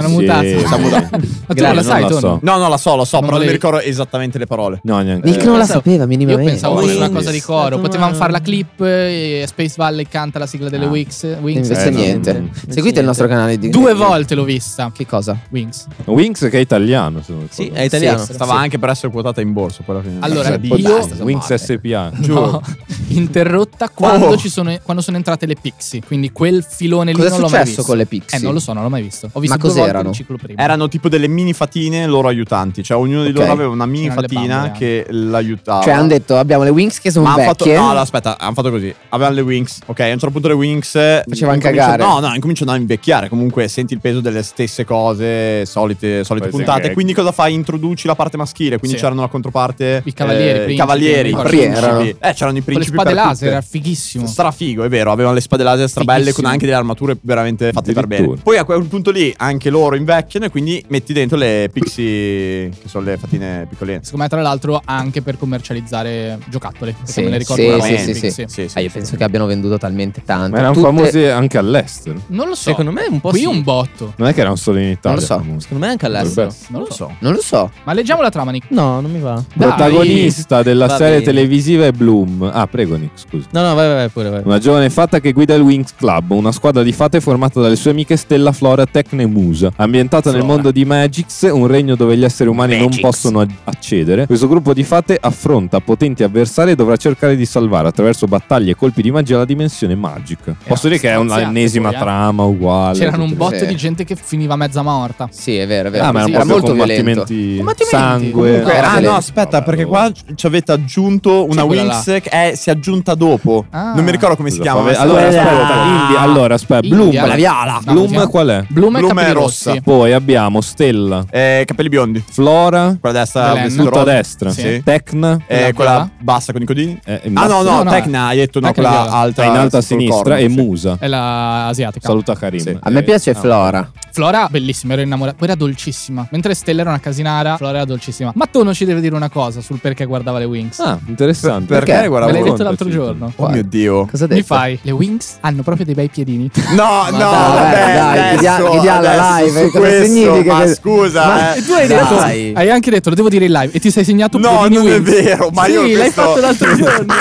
Sono mutata.
Sì,
Ma
siamo mutati.
tu non la
non [LAUGHS]
sai,
la
Tony?
so.
No, no, la so, la so,
Non
però non mi
volevi-
ricordo esattamente le parole.
No, neanche.
Nick non la
Pensavo-
sapeva
Io
minimamente.
pensavo fosse una
Winx.
cosa di coro. Potevamo fare la clip e Space Valley canta la sigla delle
Ah.
Wix.
Invece
Eh, no.
niente.
Mm.
Seguite il nostro canale di
Due volte l'ho vista.
Che cosa?
Wings.
Winx che è italiano, se non ricordo.
Sì, è italiano.
Stava anche per essere quotata in borsa. poi alla fine.
Allora,
Cioè, può
io-
darsi. Winx SPA.
No. [LAUGHS] interrotta quando,
Oh.
ci sono, quando sono entrate le pixie. Quindi quel filone lì
Cos'è
non l'ho mai
successo
visto.
con le pixie?
Eh, non lo so, non l'ho mai visto. Ho
Ma
visto due volte
cos'erano?
il ciclo prima.
Erano tipo delle mini fatine loro aiutanti, cioè ognuno di
Ok.
loro aveva una mini
C'erano le
fatina
bambole
che l'aiutava.
Cioè, hanno detto abbiamo le wings che sono
Ma hanno fatto,
vecchie.
no, no, aspetta, hanno fatto così. Avevano le Wings, ok? A un certo punto le Wings
Facevano
incominciano-
cagare.
No, no, incominciano a invecchiare. Comunque senti il peso delle stesse cose, solite, solite
Poi
puntate.
sì.
Quindi cosa fai? Introduci la parte maschile. Quindi
Sì.
c'erano la controparte.
I cavalieri,
eh,
principi,
I cavalieri, i
ancora.
principi.
Erano.
Eh, c'erano i
Con le
principi.
spade
per
laser,
tutte.
era fighissimo.
Strafigo, è vero. Avevano le spade laser strabelle con
Fighissimo.
anche delle armature veramente fatte per bene.
Addirittura.
Poi a quel punto lì anche loro invecchiano e quindi metti dentro le pixie, che sono le fatine piccoline.
Secondo me, tra l'altro, anche per commercializzare giocattoli. Perché
Sì,
me ne ricordo
sì,
una
sì,
volta,
sì,
quindi
sì.
Sì, sì,
Ah, io penso che abbiano venduto talmente tanto.
Ma erano
Tutte-
famosi anche all'estero.
Non lo so.
Secondo me un po'
Qui
sì.
un botto.
Non è che erano solo in Italia.
lo so.
famosi.
Secondo me anche all'estero.
Dovrebbe essere.
Non lo so.
Non lo so.
Ma leggiamo la trama, Nick.
No, non mi va.
Dai.
Protagonista della
Va
serie
bene.
televisiva è Bloom. Ah, prego, Nick, scusa.
No, no, vai, vai, vai pure, vai.
Una giovane fata che guida il Wings Club, una squadra di fate formata dalle sue amiche Stella Flora Tecne e Musa. Ambientata nel
Flora.
mondo di Magix, un regno dove gli esseri umani
Magix.
non possono ac- accedere, questo gruppo di fate affronta potenti avversari e dovrà cercare di salvare attraverso battaglie e colpi di magia la dimensione magica. Posso dire che è
straziante,
un'ennesima
poi, eh.
trama uguale.
C'erano un
tutte le-
botto
Sì.
di gente che finiva mezza morta.
Sì, è vero, è vero.
Ah, ma
Sì,
erano
era
proprio
molto violento.
combattimenti,
Combattimenti.
sangue.
Comunque,
Ah,
Vabbè.
no, aspetta, perché qua ci avete aggiunto una
Sì, quella
Wings che è- si è aggiunta dopo.
Ah.
Non mi ricordo come si
Scusa,
chiama.
fammi-
ma-
Allora,
Quella-
aspetta, India- allora, aspetta, Bloom,
India.
la
viala.
Bloom
Scusi, eh.
qual è?
Bloom e
Bloom è
capelli
rossa.
rossi.
Poi abbiamo Stella,
Eh, capelli biondi.
Flora,
Quella destra,
Belen.
vestito
Ah, tutta a
rosa.
destra,
Sì.
Tecna,
Eh,
Quella
quella
bella?
bassa con i codini.
eh,
Ah, no, no,
No, no,
Tecna, hai detto no,
Tecna
quella
viola.
alta.
in alto a
sul
sinistra
corno,
e
sì.
Musa.
È la asiatica.
Saluta Karim.
Sì.
A me
Eh,
piace
no.
Flora.
Flora, bellissima, ero innamorata. Poi era dolcissima. Mentre Stella era una casinara, Flora era dolcissima. Mattono ci deve dire una cosa sul perché guardava le Wings.
Ah, interessante.
Perché?
Perché?
Guarda,
Me l'hai
raccontaci.
detto l'altro giorno.
Oh mio
[LAUGHS]
Dio.
Cosa ha detto?
Mi fai, le Wings hanno proprio dei bei piedini.
No,
dai,
no, vabbè,
dai,
adesso-
chiudia- chiudiamo la
adesso
live,
su
cosa
questo,
significa
Ma
che-
scusa,
Ma
eh.
tu hai detto- Dai.
Hai anche detto, lo devo dire in live. E ti sei segnato
No,
piedini
non è
Wings.
vero, ma
sì,
io
l'hai
questo-
fatto l'altro giorno.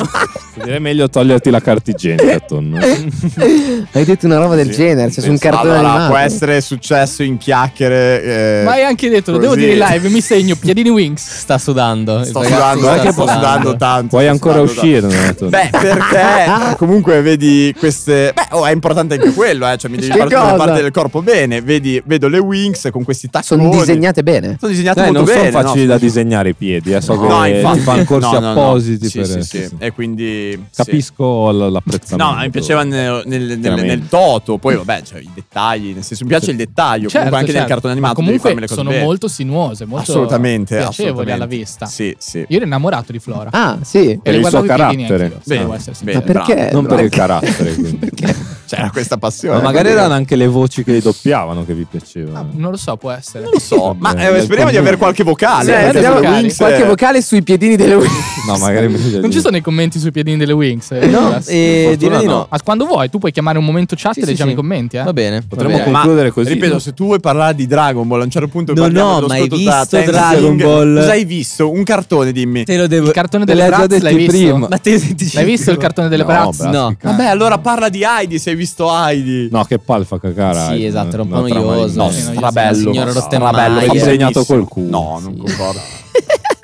Direi meglio toglierti la
[LAUGHS]
carta igienica
Eh,
attorno.
Hai detto una roba del genere, cioè su un cartone
Allora,
animato.
può essere successo in chiacchiere. eh,
ma hai anche detto, lo devo
così.
dire in live. Mi segno piedini Wings.
Sta sudando.
Sto
Il
sudando,
ragazzo sta
non è che sto sudando tanto.
Puoi
sto
ancora
sudando
uscire.
tanto.
Donato.
Beh,
[LAUGHS]
perché comunque vedi queste. Beh, oh, è importante anche quello, eh. Cioè, mi devi
Che
far una
cosa?
parte del corpo bene. Vedi, vedo le wings con questi tacconi.
Sono disegnate bene.
Sono disegnate
Dai,
molto
non
bene.
sono facili
no?
da disegnare i piedi, eh, so
No,
che
infatti.
ti fanno corsi
No, no, no.
appositi
Sì,
per
sì, sì. E quindi. sì.
Capisco l- l'apprezzamento.
No, ma mi piaceva nel, nel- nel-
Veramente.
nel toto. Poi, vabbè, cioè, i dettagli. Nel senso, mi piace il dettaglio.
Certo,
comunque, anche nel
certo.
cartone
Ma
animato. devi
comunque
farmi le cose
sono
bene.
molto sinuose, molto
assolutamente.
piacevoli
assolutamente.
alla vista.
Sì, sì.
Io ero innamorato di Flora.
Ah, sì.
Per il suo
guardavo i piedini
carattere.
anch'io, se
Bene,
devo essere sincero.
Ah. bene,
Ma perché? Eh,
bravo.
Eh, Non per il
Perché?
[LAUGHS]
carattere, quindi.
C'era Cioè, questa passione.
Ma magari
quindi-
erano anche le voci
[LAUGHS]
che li doppiavano che vi piacevano.
Ah,
Non lo so, può essere.
Non lo so, ma eh,
Vabbè,
speriamo di
comunque.
avere qualche vocale.
Sì,
nel senso,
vediamo
le
vocali.
Wings,
Qualche
eh,
vocale sui piedini delle Wings.
[LAUGHS]
No, magari
Non ci sono i commenti sui piedini delle Wings. eh,
No,
Nicolas?
eh,
fortuna
direi di
no.
no.
Ma quando vuoi, tu puoi chiamare un momento chat
Sì,
e
sì,
leggiamo
sì.
i commenti. Eh?
Va bene.
Potremmo
va bene.
Ma,
concludere così.
Ripeto,
no?
se tu vuoi parlare di Dragon Ball, a un certo punto
No,
parliamo
no,
dello
ma hai
scontro tra
visto
Tenzin-
Dragon Ball?
Cosa hai visto? Un cartone, dimmi.
Te lo devo.
Il cartone
Te
delle
l'ha già
Bratz l'hai
detto
visto?
prima.
Ma te
L'hai visto il cartone delle
No,
Bratz?
Bratz,
No.
che cazzo.
Vabbè, allora parla di Heidi, se hai visto Heidi.
No, che palfa cagare. eh,
Sì, esatto, era un po'
Una trama
noioso.
di-
Eh,
No,
sì, noioso.
Strabello.
Signora
Strabello.
Rottenmeier.
Fa
Hai
segnato
benissimo.
qualcuno.
No, non concordo.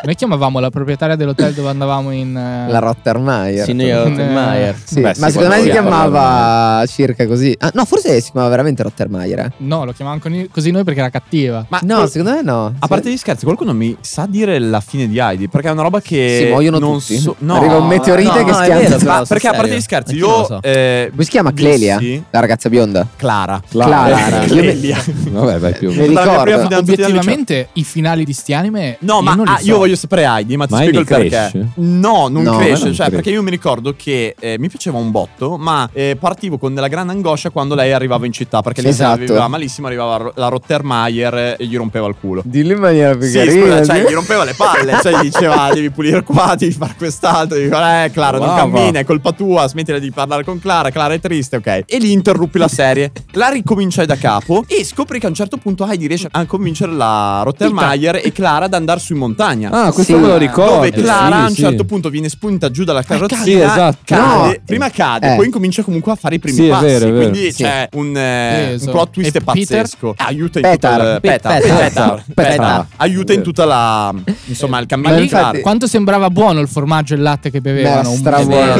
Noi chiamavamo la proprietaria dell'hotel dove andavamo in. eh,
La Rottermeier.
Signor Mayer.
Sì,
Beh, sì,
ma secondo me si
quando vogliamo.
chiamava circa così. Ah, no, forse si chiamava veramente Rottermeier.
Ah,
eh.
No, lo chiamavamo con- così noi perché era cattiva.
Ma
No, secondo me no.
A parte gli scherzi, qualcuno mi sa dire la fine di Heidi? Perché è una roba che.
Si muoiono
non
tutti.
so- no,
Arriva un meteorite
no,
che
no,
schianta-
è vero,
però,
ma
sul
perché a parte
serio.
gli scherzi,
Anch'io
io.
lo so.
eh,
Come si chiama
vissi-
Clelia? La ragazza bionda.
Clara.
Clara.
Clelia.
Vabbè, vai più. o
Mi
la
meno.
ricordo.
mia prima fidanzata. Fidanzati al
Obiettivamente, i finali di sti anime.
No,
io
ma
non li
ah,
so.
io voglio sapere Heidi, ma ti
Ma
spiego il
Heidi
perché.
cresce?
No, non
No, ma
cresce, cioè,
non cresce.
perché io mi ricordo che eh, mi piaceva un botto, ma eh, partivo con della grande angoscia quando lei arrivava in città, perché lei
Esatto.
se la viveva malissimo, arrivava ro- la Rottermeier eh, e gli rompeva il culo.
Dillo in maniera più
Sì,
carina.
eh,
scusa, cioè,
sì.
gli rompeva le palle, cioè, gli diceva devi pulire qua, devi fare quest'altro, dico, eh, Clara, non
Brava.
cammina, è colpa tua, smettila di parlare con Clara, Clara è triste, ok. E lì interruppi la serie, la ricominciai da capo e scopri che a un certo punto Heidi riesce a convincere la Rottermeier e Clara ad andare su in montagna.
[LAUGHS] Ah, questo me lo ricordo.
Dove Clara
Sì,
a un
sì.
certo punto viene spunta giù dalla carrozzina.
Ah, Sì, esatto.
cade,
No.
Prima cade,
Eh.
poi incomincia comunque a fare i primi
Sì, è
passi.
vero, è vero.
Quindi
Sì.
c'è un, eh,
Peso.
un plot twist
E Peter?
pazzesco. Aiuta in
Petar.
tutta la-
Pe-
Petar,
Petar.
Petar,
Petar.
Petar. Aiuta in tutta la insomma, il
Ma
cammino
lì,
di Clara.
quanto sembrava buono il formaggio e il latte che bevevano. Un buono.
[LAUGHS]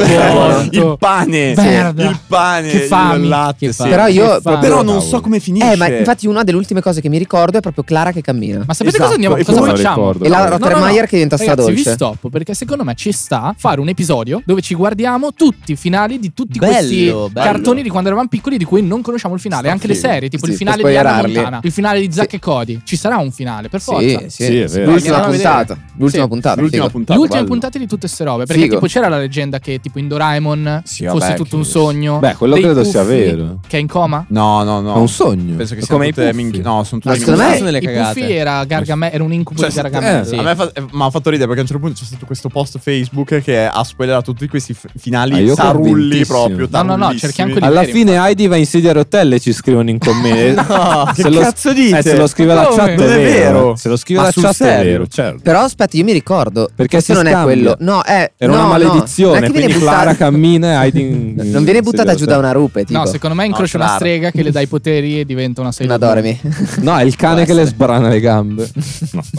il pane,
Merda.
il pane,
Che fame,
il latte,
che
sì.
fame.
Però io
però non so come finisce.
Eh, ma infatti una delle ultime cose che mi ricordo è proprio Clara che cammina.
Ma sapete cosa andiamo
a
a cosa facciamo?
E la Rottermeier che diventa
Ragazzi,
stradolce.
vi stop perché secondo me ci sta fare un episodio dove ci guardiamo tutti i finali di tutti
Bello,
questi
bello.
cartoni di quando eravamo piccoli di cui non conosciamo il finale,
Sta
anche
figo.
le serie, tipo
Sì,
il finale
per
di Anna
spoilerarli.
Montana, il finale di Zack e Cody. Ci sarà un finale per forza.
Sì, sì, Sì, è vero. l'ultima
Andiamo a vedere.
puntata, l'ultima puntata,
L'ultima
figo.
puntata, L'ultima
bello.
puntata di tutte queste robe, perché
Figo.
tipo c'era la leggenda che tipo in Doraemon
vabbè,
fosse
che-
tutto un sogno.
Beh, quello
dei
credo sia
puffi
vero.
Che è in coma?
No, no, no.
È un sogno.
Penso che
È
siano
come i
tutte
puffi.
minchie- No, sono tutte
No, secondo
minchie.
me- Sono delle
I puffi era, Gargamel, era un incubo
Cioè,
di Gargamel.
eh, a me fa- eh, mi ha fatto ridere perché a un certo punto c'è stato questo post Facebook che ha spoilerato tutti questi f-
Ah,
finali
io
tarulli
convintissimo.
proprio.
No, no, no,
tarullissimi.
cerchiamo quelli
Alla
veri,
fine Heidi va in sedia a rotelle, ci scrivono
[LAUGHS]
in commento.
No,
Se
che
lo-
cazzo dite?
eh, se lo scrive la
Come?
chat è
Non è
vero.
vero.
Se lo scrive
Ma
la
sul
chat è
serio?
vero, certo.
Però aspetta, io mi ricordo.
Perché
forse
si
non è
scambia.
quello. No, è.
Era
no, no. Non
una
è
maledizione,
che
quindi
viene
Clara
buttata-
cammina e
[LAUGHS]
Heidi in-
Non viene
in
buttata
sedia
giù
a
da
rotelle.
una rupe. Tipo.
No, secondo me incrocia una strega che le dà i poteri e diventa una serie.
Una doremi.
No, è il cane che le sbrana le gambe.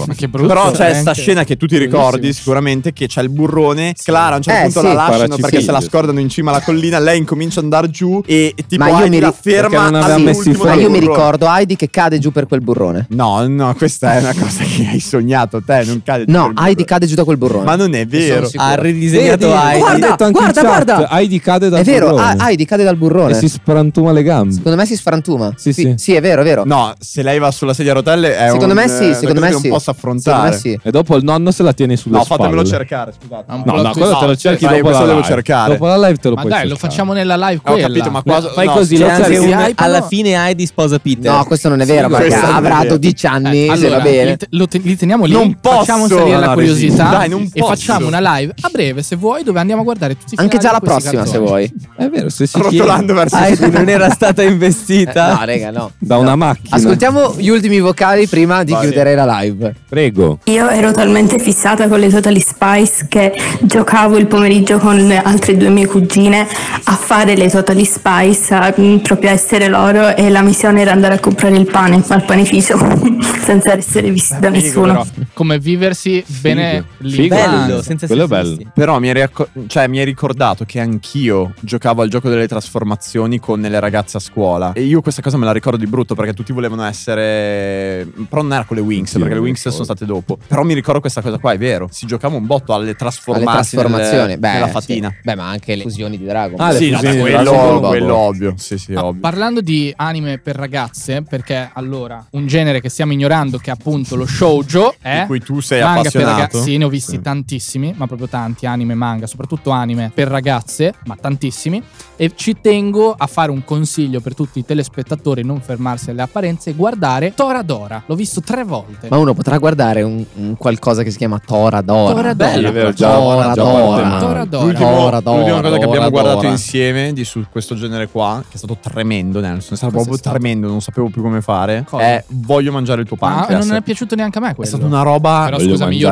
Ma che brutto.
Però c'è
veramente.
sta scena che tu ti ricordi sicuramente che c'è il burrone, Clara a un certo
Eh,
punto
sì.
la lasciano
Paracifiglio,
perché se la
sì.
scordano in cima alla collina, lei incomincia ad andare giù e tipo
Ma io
Heidi
mi
la
ri-
perché
ferma
non aveva messo i
all'ultimo
Ma
del
io mi
burrone.
ricordo Heidi che cade giù per quel burrone.
No, no, questa è una cosa che hai sognato te, non cade giù
No,
per il
Heidi
burrone.
cade giù da quel burrone.
Ma non è vero.
Ha ridisegnato
Vedi?
Heidi.
Guarda,
L'ho detto anche in
guarda,
chat,
guarda.
Heidi cade dal
È vero,
burrone.
ah, Heidi cade dal
e
burrone.
si sprantuma le gambe.
Secondo me si sfrantuma.
Sì, sì.
è vero, è vero.
No, se lei va sulla sedia a rotelle è
Secondo
un-
me
eh,
sì,
una
secondo
cosa
me
che
sì.
non posso affrontare.
Secondo me sì.
E dopo il nonno se la tiene sulle
No,
spalle.
fatemelo cercare, scusate.
un
No,
plot
no,
twist.
quello te lo cerchi
Dai,
dopo la
questo
live.
devo cercare.
Dopo la live te lo
Ma
puoi
dai, lo
cercare.
facciamo nella live
Ho
quella.
capito, ma qua-
Fai
no,
così,
C'è
lo
anche
cerchi.
un-
hype,
alla
no?
fine Heidi sposa Peter.
No, questo non è vero, ma
questo non è
avrà
vero.
12 anni,
Eh,
se va
allora,
bene.
li, te- lo te- li teniamo lì.
Non posso!
Facciamo salire
No,
la
no,
curiosità.
resisti. Dai, non
e
posso.
facciamo una live a breve, se vuoi, dove andiamo a guardare tutti i finali
Anche già
di
la
questi
prossima, se
cartoni.
vuoi.
È vero, se si
Rotolando verso
Ah,
Heidi non era stata
Eh,
investita.
no, [LAUGHS] raga, no.
chiede da una macchina.
Ascoltiamo gli ultimi vocali prima di
Vai.
chiudere la live.
Prego.
Io ero talmente fissata con le Totally Spice che giocavo il pomeriggio con altre due mie cugine a fare le Totally Spice, a, mm, proprio a essere loro e la missione era andare a comprare il pane al panificio [LAUGHS] senza essere visti da
Figo,
nessuno.
però. Come viversi bene lì.
Figo.
Bello, senza
Quello è
essere
bello.
visti.
Però mi hai, riacco- cioè, mi hai ricordato che anch'io giocavo al gioco delle trasformazioni con le ragazze a scuola. E io questa cosa me la ricordo di brutto perché tutti volevano essere. Però non era con le Wings,
Anch'io
perché le
mi
Wings sono
ricordo.
state dopo. Però mi ricordo questa cosa qua, è vero. Si giocava un botto alle
Alle
trasformazioni.
trasformazioni,
nelle-
beh,
nella
sì.
fatina.
Beh, ma anche le fusioni di Dragon.
Ah, le
sì,
fusioni
vabbè,
di
quello,
Dragon Ball.
quello ovvio. Ah, Sì, sì,
Ma
ovvio.
Ah, parlando di anime per ragazze, perché allora un genere che stiamo ignorando, che è appunto lo shoujo, è
di cui tu sei
Eh? manga per
appassionato.
ragazzi. Sì, ne ho visti
Sì.
tantissimi, ma proprio tanti anime, manga, soprattutto anime per ragazze, ma tantissimi. E ci tengo a fare un consiglio per tutti i telespettatori: non fermarsi alle apparenze e guardare Toradora. L'ho visto tre volte.
Ma uno potrà guardare un, un qualcosa che si chiama Toradora.
Toradora.
Sì, è vero, già-
Toradora.
già parte male.
Toradora.
L'ultimo-
Dora, Dora,
l'ultima cosa che
Dora,
abbiamo guardato
Dora.
insieme di su questo genere qua, che è stato tremendo, Nelson, è stato
Cosa è
proprio
stato?
tremendo, non sapevo più come fare.
Cosa?
È Voglio mangiare il tuo
Ma
pancreas.
non è piaciuto neanche a me
È
questo.
stata una roba
Però
Voglio
scusami, io
mangiare-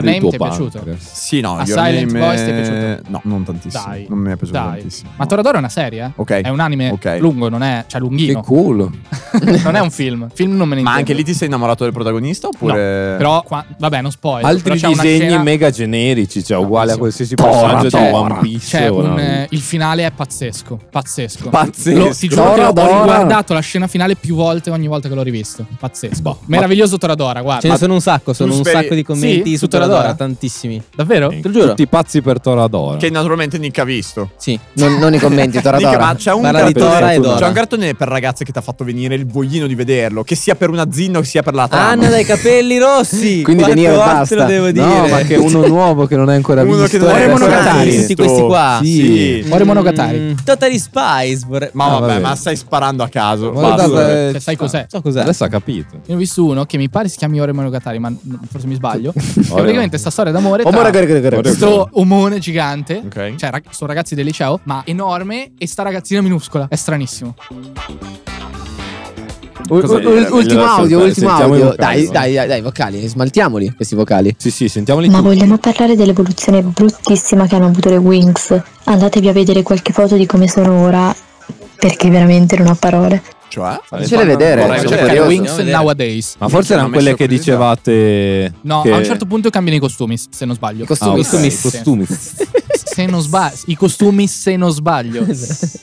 Name ti è piaciuto?
Sì, no,
A
Your
Silent
Name
Voice ti è
piaciuto? No, non tantissimo.
Dai.
Non mi è piaciuto
Dai.
tantissimo.
Ma Toradoro è una serie? eh?
Ok.
È un anime
Ok.
lungo, non è. cioè lunghino.
culo.
non è un film. Film non me ne intendo.
Ma anche lì ti sei innamorato del protagonista oppure...
Però, qua- vabbè, non spoiler. però
Altri
c'è una
disegni
scena-
mega generici, cioè uguale a qualsiasi
Tora,
personaggio di
Tora.
One Piece.
C'è
o
un,
no?
eh, il finale è pazzesco. Pazzesco.
Pazzesco.
Lo- ti giuro
Tora,
che ho
Dora.
guardato la scena finale più volte ogni volta che l'ho rivisto. Pazzesco. Meraviglioso Toradora, guarda.
Ce ne sono un sacco, sono un sacco di commenti
Sì?
su Toradora, tantissimi.
Davvero?
Te lo giuro.
Tutti pazzi per Toradora.
Che naturalmente Nick ha visto.
Sì.
Non, non i commenti, Tora
Nick,
Tora.
ma c'è un,
Parla di Tora e
cartone,
Dora.
c'è un cartone per ragazze che ti ha fatto venire il voglino di vederlo, che sia per una zinno che sia per la
Ah,
trama.
Anna dai capelli
[LAUGHS]
rossi.
Quindi
Quante
venire
volte
basta.
lo devo
No,
dire.
ma che uno nuovo che non hai ancora
Uno
visto.
che non hai
adesso
ancora
l'hai
visto.
visto.
Questi qua.
Sì.
Mori
Mm,
Monogatari.
Totally Spice. vorrei-
Ma vabbè,
vabbè.
ma stai sparando a caso.
Ma
basta.
vabbè,
Cioè, sai cos'è?
So cos'è.
Adesso ha capito.
Ne ho visto uno che mi pare si chiami Ore Monogatari, ma n- forse mi sbaglio. Che praticamente sta storia d'amore
Oh, guarda, guarda,
tra
guarda, guarda.
questo omone gigante, cioè rag- sono ragazzi del liceo, ma enorme, e sta ragazzina minuscola. È stranissimo.
U-
Cosa
u-
dire?
u- ultimo audio,
Glielo ascoltare,
ultimo
sentiamo i
audio.
vocali,
Dai,
va.
dai, dai, dai, vocali, smaltiamoli questi vocali.
Sì, sì, sentiamoli
Ma vogliamo parlare dell'evoluzione bruttissima che hanno avuto le Wings? Andatevi a vedere qualche foto di come sono ora, perché veramente non ho parole.
Cioè?
Facele vedere,
Vorrei
sono
vedere.
Cioè,
curioso.
Wings Nowadays.
Ma forse erano quelle che dicevate.
No,
che-
a un certo punto cambiano i costumi, se non sbaglio.
Ah, ok, i costumi.
Se non sbaglio, i costumi se non sbaglio.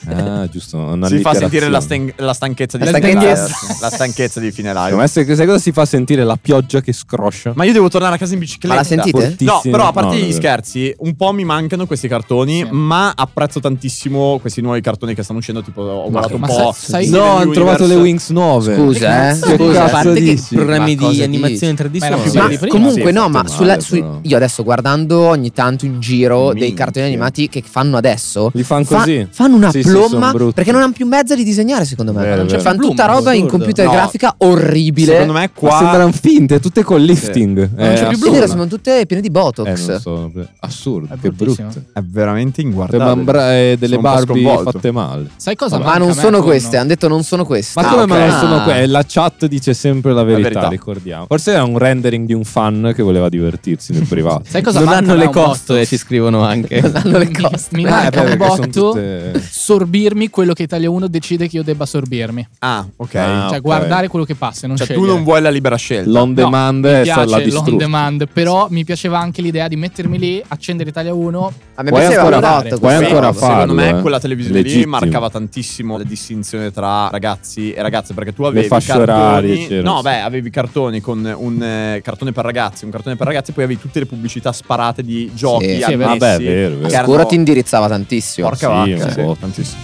Ah, giusto. Una
Si fa sentire la,
stessa
sten- la stanchezza di
La
fine
stanchezza.
live. La stanchezza di fine live.
Sai cosa si fa sentire? La pioggia che scroscia.
Ma io devo tornare a casa in bicicletta.
Ma la sentite?
No,
Fortissimo.
però a parte
No,
gli
davvero.
scherzi, un po' mi mancano questi cartoni, ma apprezzo tantissimo questi nuovi cartoni che stanno uscendo. Tipo, ho guardato un
ma
po'.
sai-
Steven
No, hanno
Universe.
trovato le Wings nuove.
Scusa, eh.
Che cazzo
Scusa, a parte che
dici?
programmi
Ma cosa
di animazione
dici?
3D
Ma
sono
era più
belli.
belli
prima.
Comunque,
Sì,
no,
fatto
ma
male,
sulla- sui-
però.
io adesso guardando ogni tanto in giro dei cartoni animati che fanno adesso,
Li fan
fa-
così.
fanno una
Sì, sì,
plomma
son brutti.
perché non hanno più mezzo di disegnare. Secondo me,
Vero,
cioè,
vero.
fanno tutta
Plumbo,
roba in
assurdo.
computer
No.
grafica orribile.
Secondo me qua.
Ma sembrano finte, tutte col lifting.
Non c'è più
Sì, è vero, sono tutte piene di
Eh,
botox.
assurdo, che brutto.
È veramente
Sembra un bra-
inguardabile.
eh, delle
Sono un po'
Barbie
sconvolto.
fatte male.
Sai cosa?
ma
manca a
non
me
sono
con-
queste, hanno detto non sono queste.
Ma come
Ah,
ma non
ok.
sono
Ah.
que- La chat dice sempre la verità,
verità.
ricordiamo. Forse era un rendering di un fan che voleva divertirsi nel
[LAUGHS]
privato.
Sai cosa
non
manca
hanno
a me
le
un botto?
costole, ci
[LAUGHS]
scrivono anche. non hanno [LAUGHS] le costole.
Mi
Eh,
manca
beh,
un
perché sono
botto
tutte-
sorbirmi quello che Italia 1 decide che io debba sorbirmi.
Ah, ok.
Ah,
cioè,
ok.
guardare quello che passa, non
Cioè, tu
scegliere.
non vuoi la libera scelta.
L'on
No,
demand
mi
è
piace
la
l'on
distrutta.
demand, però mi piaceva anche l'idea di mettermi lì, accendere Italia 1.
A me
Puoi
piaceva
ancora-
guardare.
puoi ancora farlo,
Secondo me
eh.
quella televisione lì
Legittimo.
marcava tantissimo la distinzione tra ragazzi e ragazze perché tu avevi
fasce
cartoni
orarie c'erano,
No,
sì.
beh, avevi cartoni con un eh, cartone per ragazzi, un cartone per ragazze, poi avevi tutte le pubblicità sparate di giochi
Sì,
sì,
sì,
vero. Vabbè, vero, vero.
Che
Scuro
erano-
ti indirizzava tantissimo.
Porca
Sì,
vacca,
un
sì,
botto.
tantissimo.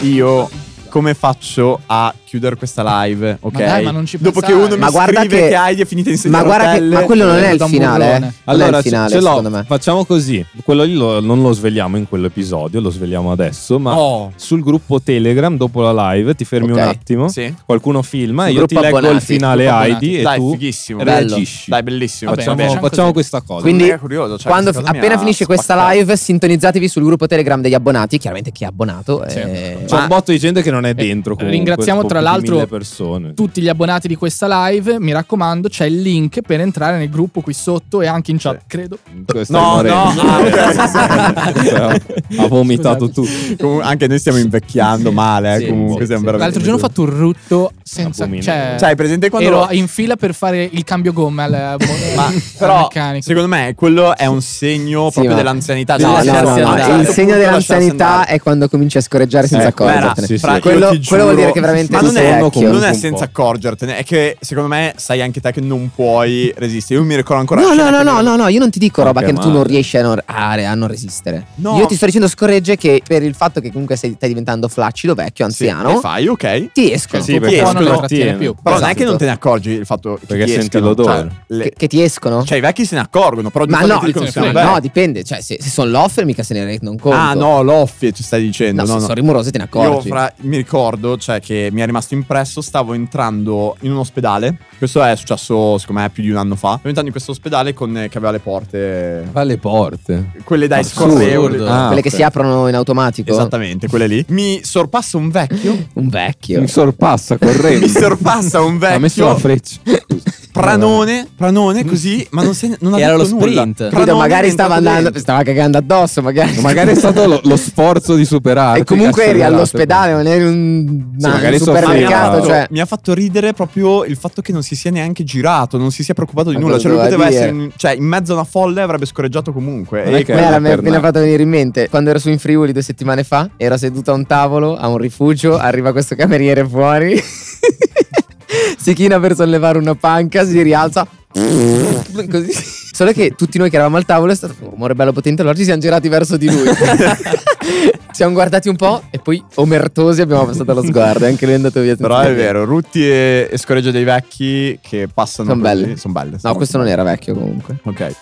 Io come faccio a chiudere questa live, ok?
Ma dai, ma non ci
Dopo che
pensare.
uno mi
Ma guarda
scrive che...
che-
hai definito in
ma
sedia a
guarda che-
rotelle,
ma quello non è il
Da un
finale.
burlone.
eh. Non è
Allora,
il finale,
ce l'ho.
secondo me.
Facciamo così. Quello lì lo- non lo svegliamo in quell'episodio, lo svegliamo adesso. Ma
Oh.
sul gruppo Telegram, dopo la live, ti fermi
Ok.
un attimo.
Sì.
Qualcuno filma,
Sul
io ti
gruppo
leggo il
abbonati.
finale
Gruppo
Heidi e
Dai,
tu
fighissimo.
reagisci.
Dai, bellissimo.
Vabbè,
facciamo
vabbè,
Facciamo,
facciamo così.
facciamo questa cosa.
Quindi,
Sono mega curioso, cioè,
quando,
questa cosa mi
appena
ha
finisce questa
spaccato.
live, sintonizzatevi sul gruppo Telegram degli abbonati. Chiaramente chi è abbonato.
Sì.
eh,
C'è un botto di gente che non è dentro. comunque,
Eh, ringraziamo
tipo
tra
più di
l'altro
mille persone.
Tutti gli abbonati di questa live, mi raccomando, c'è il link per entrare nel gruppo qui sotto e anche in chat, credo.
Questo
No,
è Moreno.
no, ah, [LAUGHS]
Cioè, [LAUGHS] ha vomitato tutto.
Comun- anche noi stiamo invecchiando male, eh, comunque siamo veramente-
L'altro giorno ho fatto un rutto senza...
Abominevole.
eh,
Cioè,
Cioè, hai presente quando
ero in fila per fare il cambio gomme
[LAUGHS]
al,
[LAUGHS]
eh,
Ma
al
però
meccanico.
secondo me quello è un segno proprio
ma-
dell'anzianità Cioè,
No,
della
no, no, no,
anzianità.
Il segno dell'anzianità è quando cominci a scoreggiare senza
Ecco,
accorgertene.
era, sì, sì.
Fra,
quello,
io ti
quello vuol
giuro-
dire che veramente
ma non
sei
è,
vecchio.
non è
un po'.
senza accorgertene, è che secondo me sai anche te che non puoi resistere. Io mi ricordo ancora
No,
la
no,
scena
no,
che
no,
mi-
no, no, io non ti dico roba
Ok,
che
ma-
tu non riesci a non, a- a non resistere.
No.
Io ti sto dicendo scorregge che per il fatto che comunque sei- stai diventando flaccido, vecchio,
Sì,
anziano,
e fai, ok.
ti escono.
Sì,
perché
perché
non lo
lo
trattiene più.
Però non è
Esatto.
che non te ne accorgi il fatto che
Perché
ti
senti
escano,
l'odore.
cioè, le-
Che, che ti escono?
cioè, i vecchi se ne accorgono, però
ma
di
no,
solito dicono
se
siamo
ne
no,
frega.
vecchi.
dipende. Cioè, se, se sono l'offer, mica se ne rendono conto.
Ah, no, l'offie ci stai dicendo.
No,
No,
se
no.
sono rumorose te ne
Io
accorgi.
fra- mi ricordo, cioè, che mi è rimasto impresso. Stavo entrando in un ospedale. Questo è successo, secondo me, più di un anno fa. Stavo entrando in questo ospedale con, eh, che aveva le porte.
Fa le porte.
Quelle dai
Assurdo.
scorrevoli.
Ah,
Quelle che
ok.
si aprono in automatico.
Esattamente, quelle lì. Mi sorpassa
[LAUGHS]
un vecchio.
Un vecchio.
Mi sorpassa,
mi
correndo.
sorpassa un
Ha messo
vecchio.
la freccia. Scusa.
Pranone, pranone così, ma non, se, non ha
Era
detto
lo
nulla.
sprint.
Pranone
Capito, magari
è
stava
entrato
andando,
dentro.
stava cagando addosso, magari. [LAUGHS]
[LAUGHS] Magari è stato lo, lo sforzo di superare.
E comunque eri all'ospedale, non eri un,
Sì,
un
magari
supermercato.
mi, ha fatto,
Cioè,
mi ha fatto ridere proprio il fatto che non si sia neanche girato, non si sia preoccupato di
Ma
nulla.
cosa
Cioè, lui
doveva
poteva
dire?
essere in, cioè, in mezzo a una folla e avrebbe scorreggiato comunque.
Non è
E
che
quello
era-
per
mi ha
me.
appena fatto venire in mente quando ero su in Friuli due settimane fa. Ero seduto a un tavolo, a un rifugio. Arriva questo cameriere fuori, [LAUGHS] si china per sollevare una panca, si rialza. [LAUGHS] Così. Solo che tutti noi che eravamo al tavolo è stato un rumore bello potente. Allora ci siamo girati verso di
[LAUGHS]
lui. [LAUGHS] siamo guardati un po' e poi omertosi abbiamo passato lo sguardo. e Anche lui è andato via. senza
Però è
dire.
vero, Rutti e, e Scoreggio dei Vecchi che passano.
Sono
così,
belle.
Sono belle.
No, questo non era vecchio comunque.
Ok.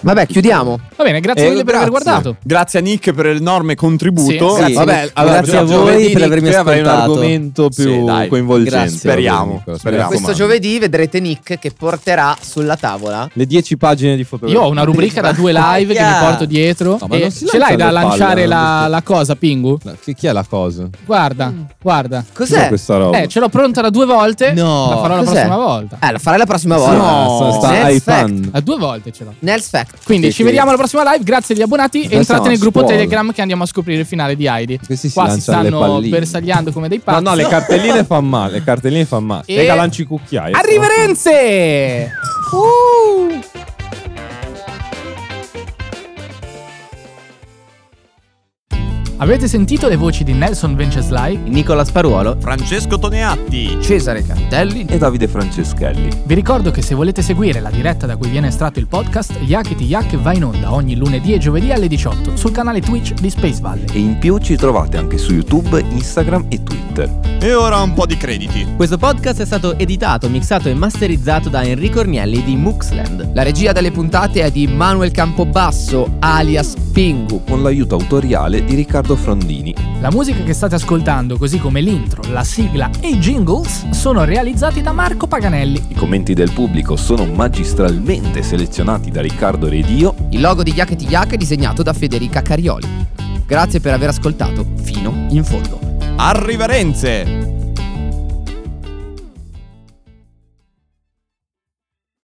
Vabbè, chiudiamo.
Va bene, grazie
Eh,
mille per aver
grazie.
guardato.
Grazie a Nick per l'enorme contributo.
Sì, grazie,
Vabbè,
Nick.
allora,
Grazie a
giovedì,
voi
Nick,
per avermi
tu avrai un
ascoltato.
argomento più
Sì, dai.
coinvolgente.
Grazie.
Speriamo.
Nico,
speriamo.
Questo giovedì vedrete Nick che porterà sulla tavola.
Le 10 pagine di fotografia.
Io ho una rubrica da due live che mi
Yeah.
porto dietro.
Ah, No, ma
e
non si
ce l'hai
lancia
da
alle palle,
lanciare
non
la,
questo.
la cosa, Pingu?
Che chi è la cosa?
Guarda, guarda.
Cos'è questa roba?
Eh, ce l'ho pronta da due volte.
No,
La farò la
cos'è?
prossima
Ah.
volta.
Eh, la farai la prossima
Sì,
cioè,
volta.
no, sta- sta
Nel's
hypando.
Fact.
A due volte ce l'ho.
Nel's Fact.
Quindi
Sì,
ci
sì.
vediamo alla prossima live. Grazie agli abbonati.
Adesso
Entrate
siamo
nel
a
gruppo
scuola.
Telegram che andiamo a scoprire il finale di Heidi.
Questi si
Qua si
lanciano le
stanno
palline.
bersagliando come dei
No,
pazzi.
no, le cartelline fanno male. Le cartelline fanno male.
E-
Raga, lanci i cucchiai.
Arriverenze! Uh! Avete sentito le voci di Nelson Venceslai?
Nicola Sparuolo.
Francesco Toneatti.
Cesare Cantelli.
E Davide Franceschelli.
Vi ricordo che se volete seguire la diretta da cui viene estratto il podcast, Yakiti Yak va in onda ogni lunedì e giovedì alle 18 sul canale Twitch di Space Valley.
E in più ci trovate anche su YouTube, Instagram e Twitter.
E ora un po' di crediti.
Questo podcast è stato editato, mixato e masterizzato da Enrico Ornielli di Muxland.
La regia delle puntate è di Manuel Campobasso, alias Pingu.
Con l'aiuto autoriale di Riccardo Frondini.
La musica che state ascoltando, così come l'intro, la sigla e i jingles, sono realizzati da Marco Paganelli.
I commenti del pubblico sono magistralmente selezionati da Riccardo Redio.
Il logo di Yakety Yak è disegnato da Federica Carioli. Grazie per aver ascoltato fino in fondo.
Arriverenze.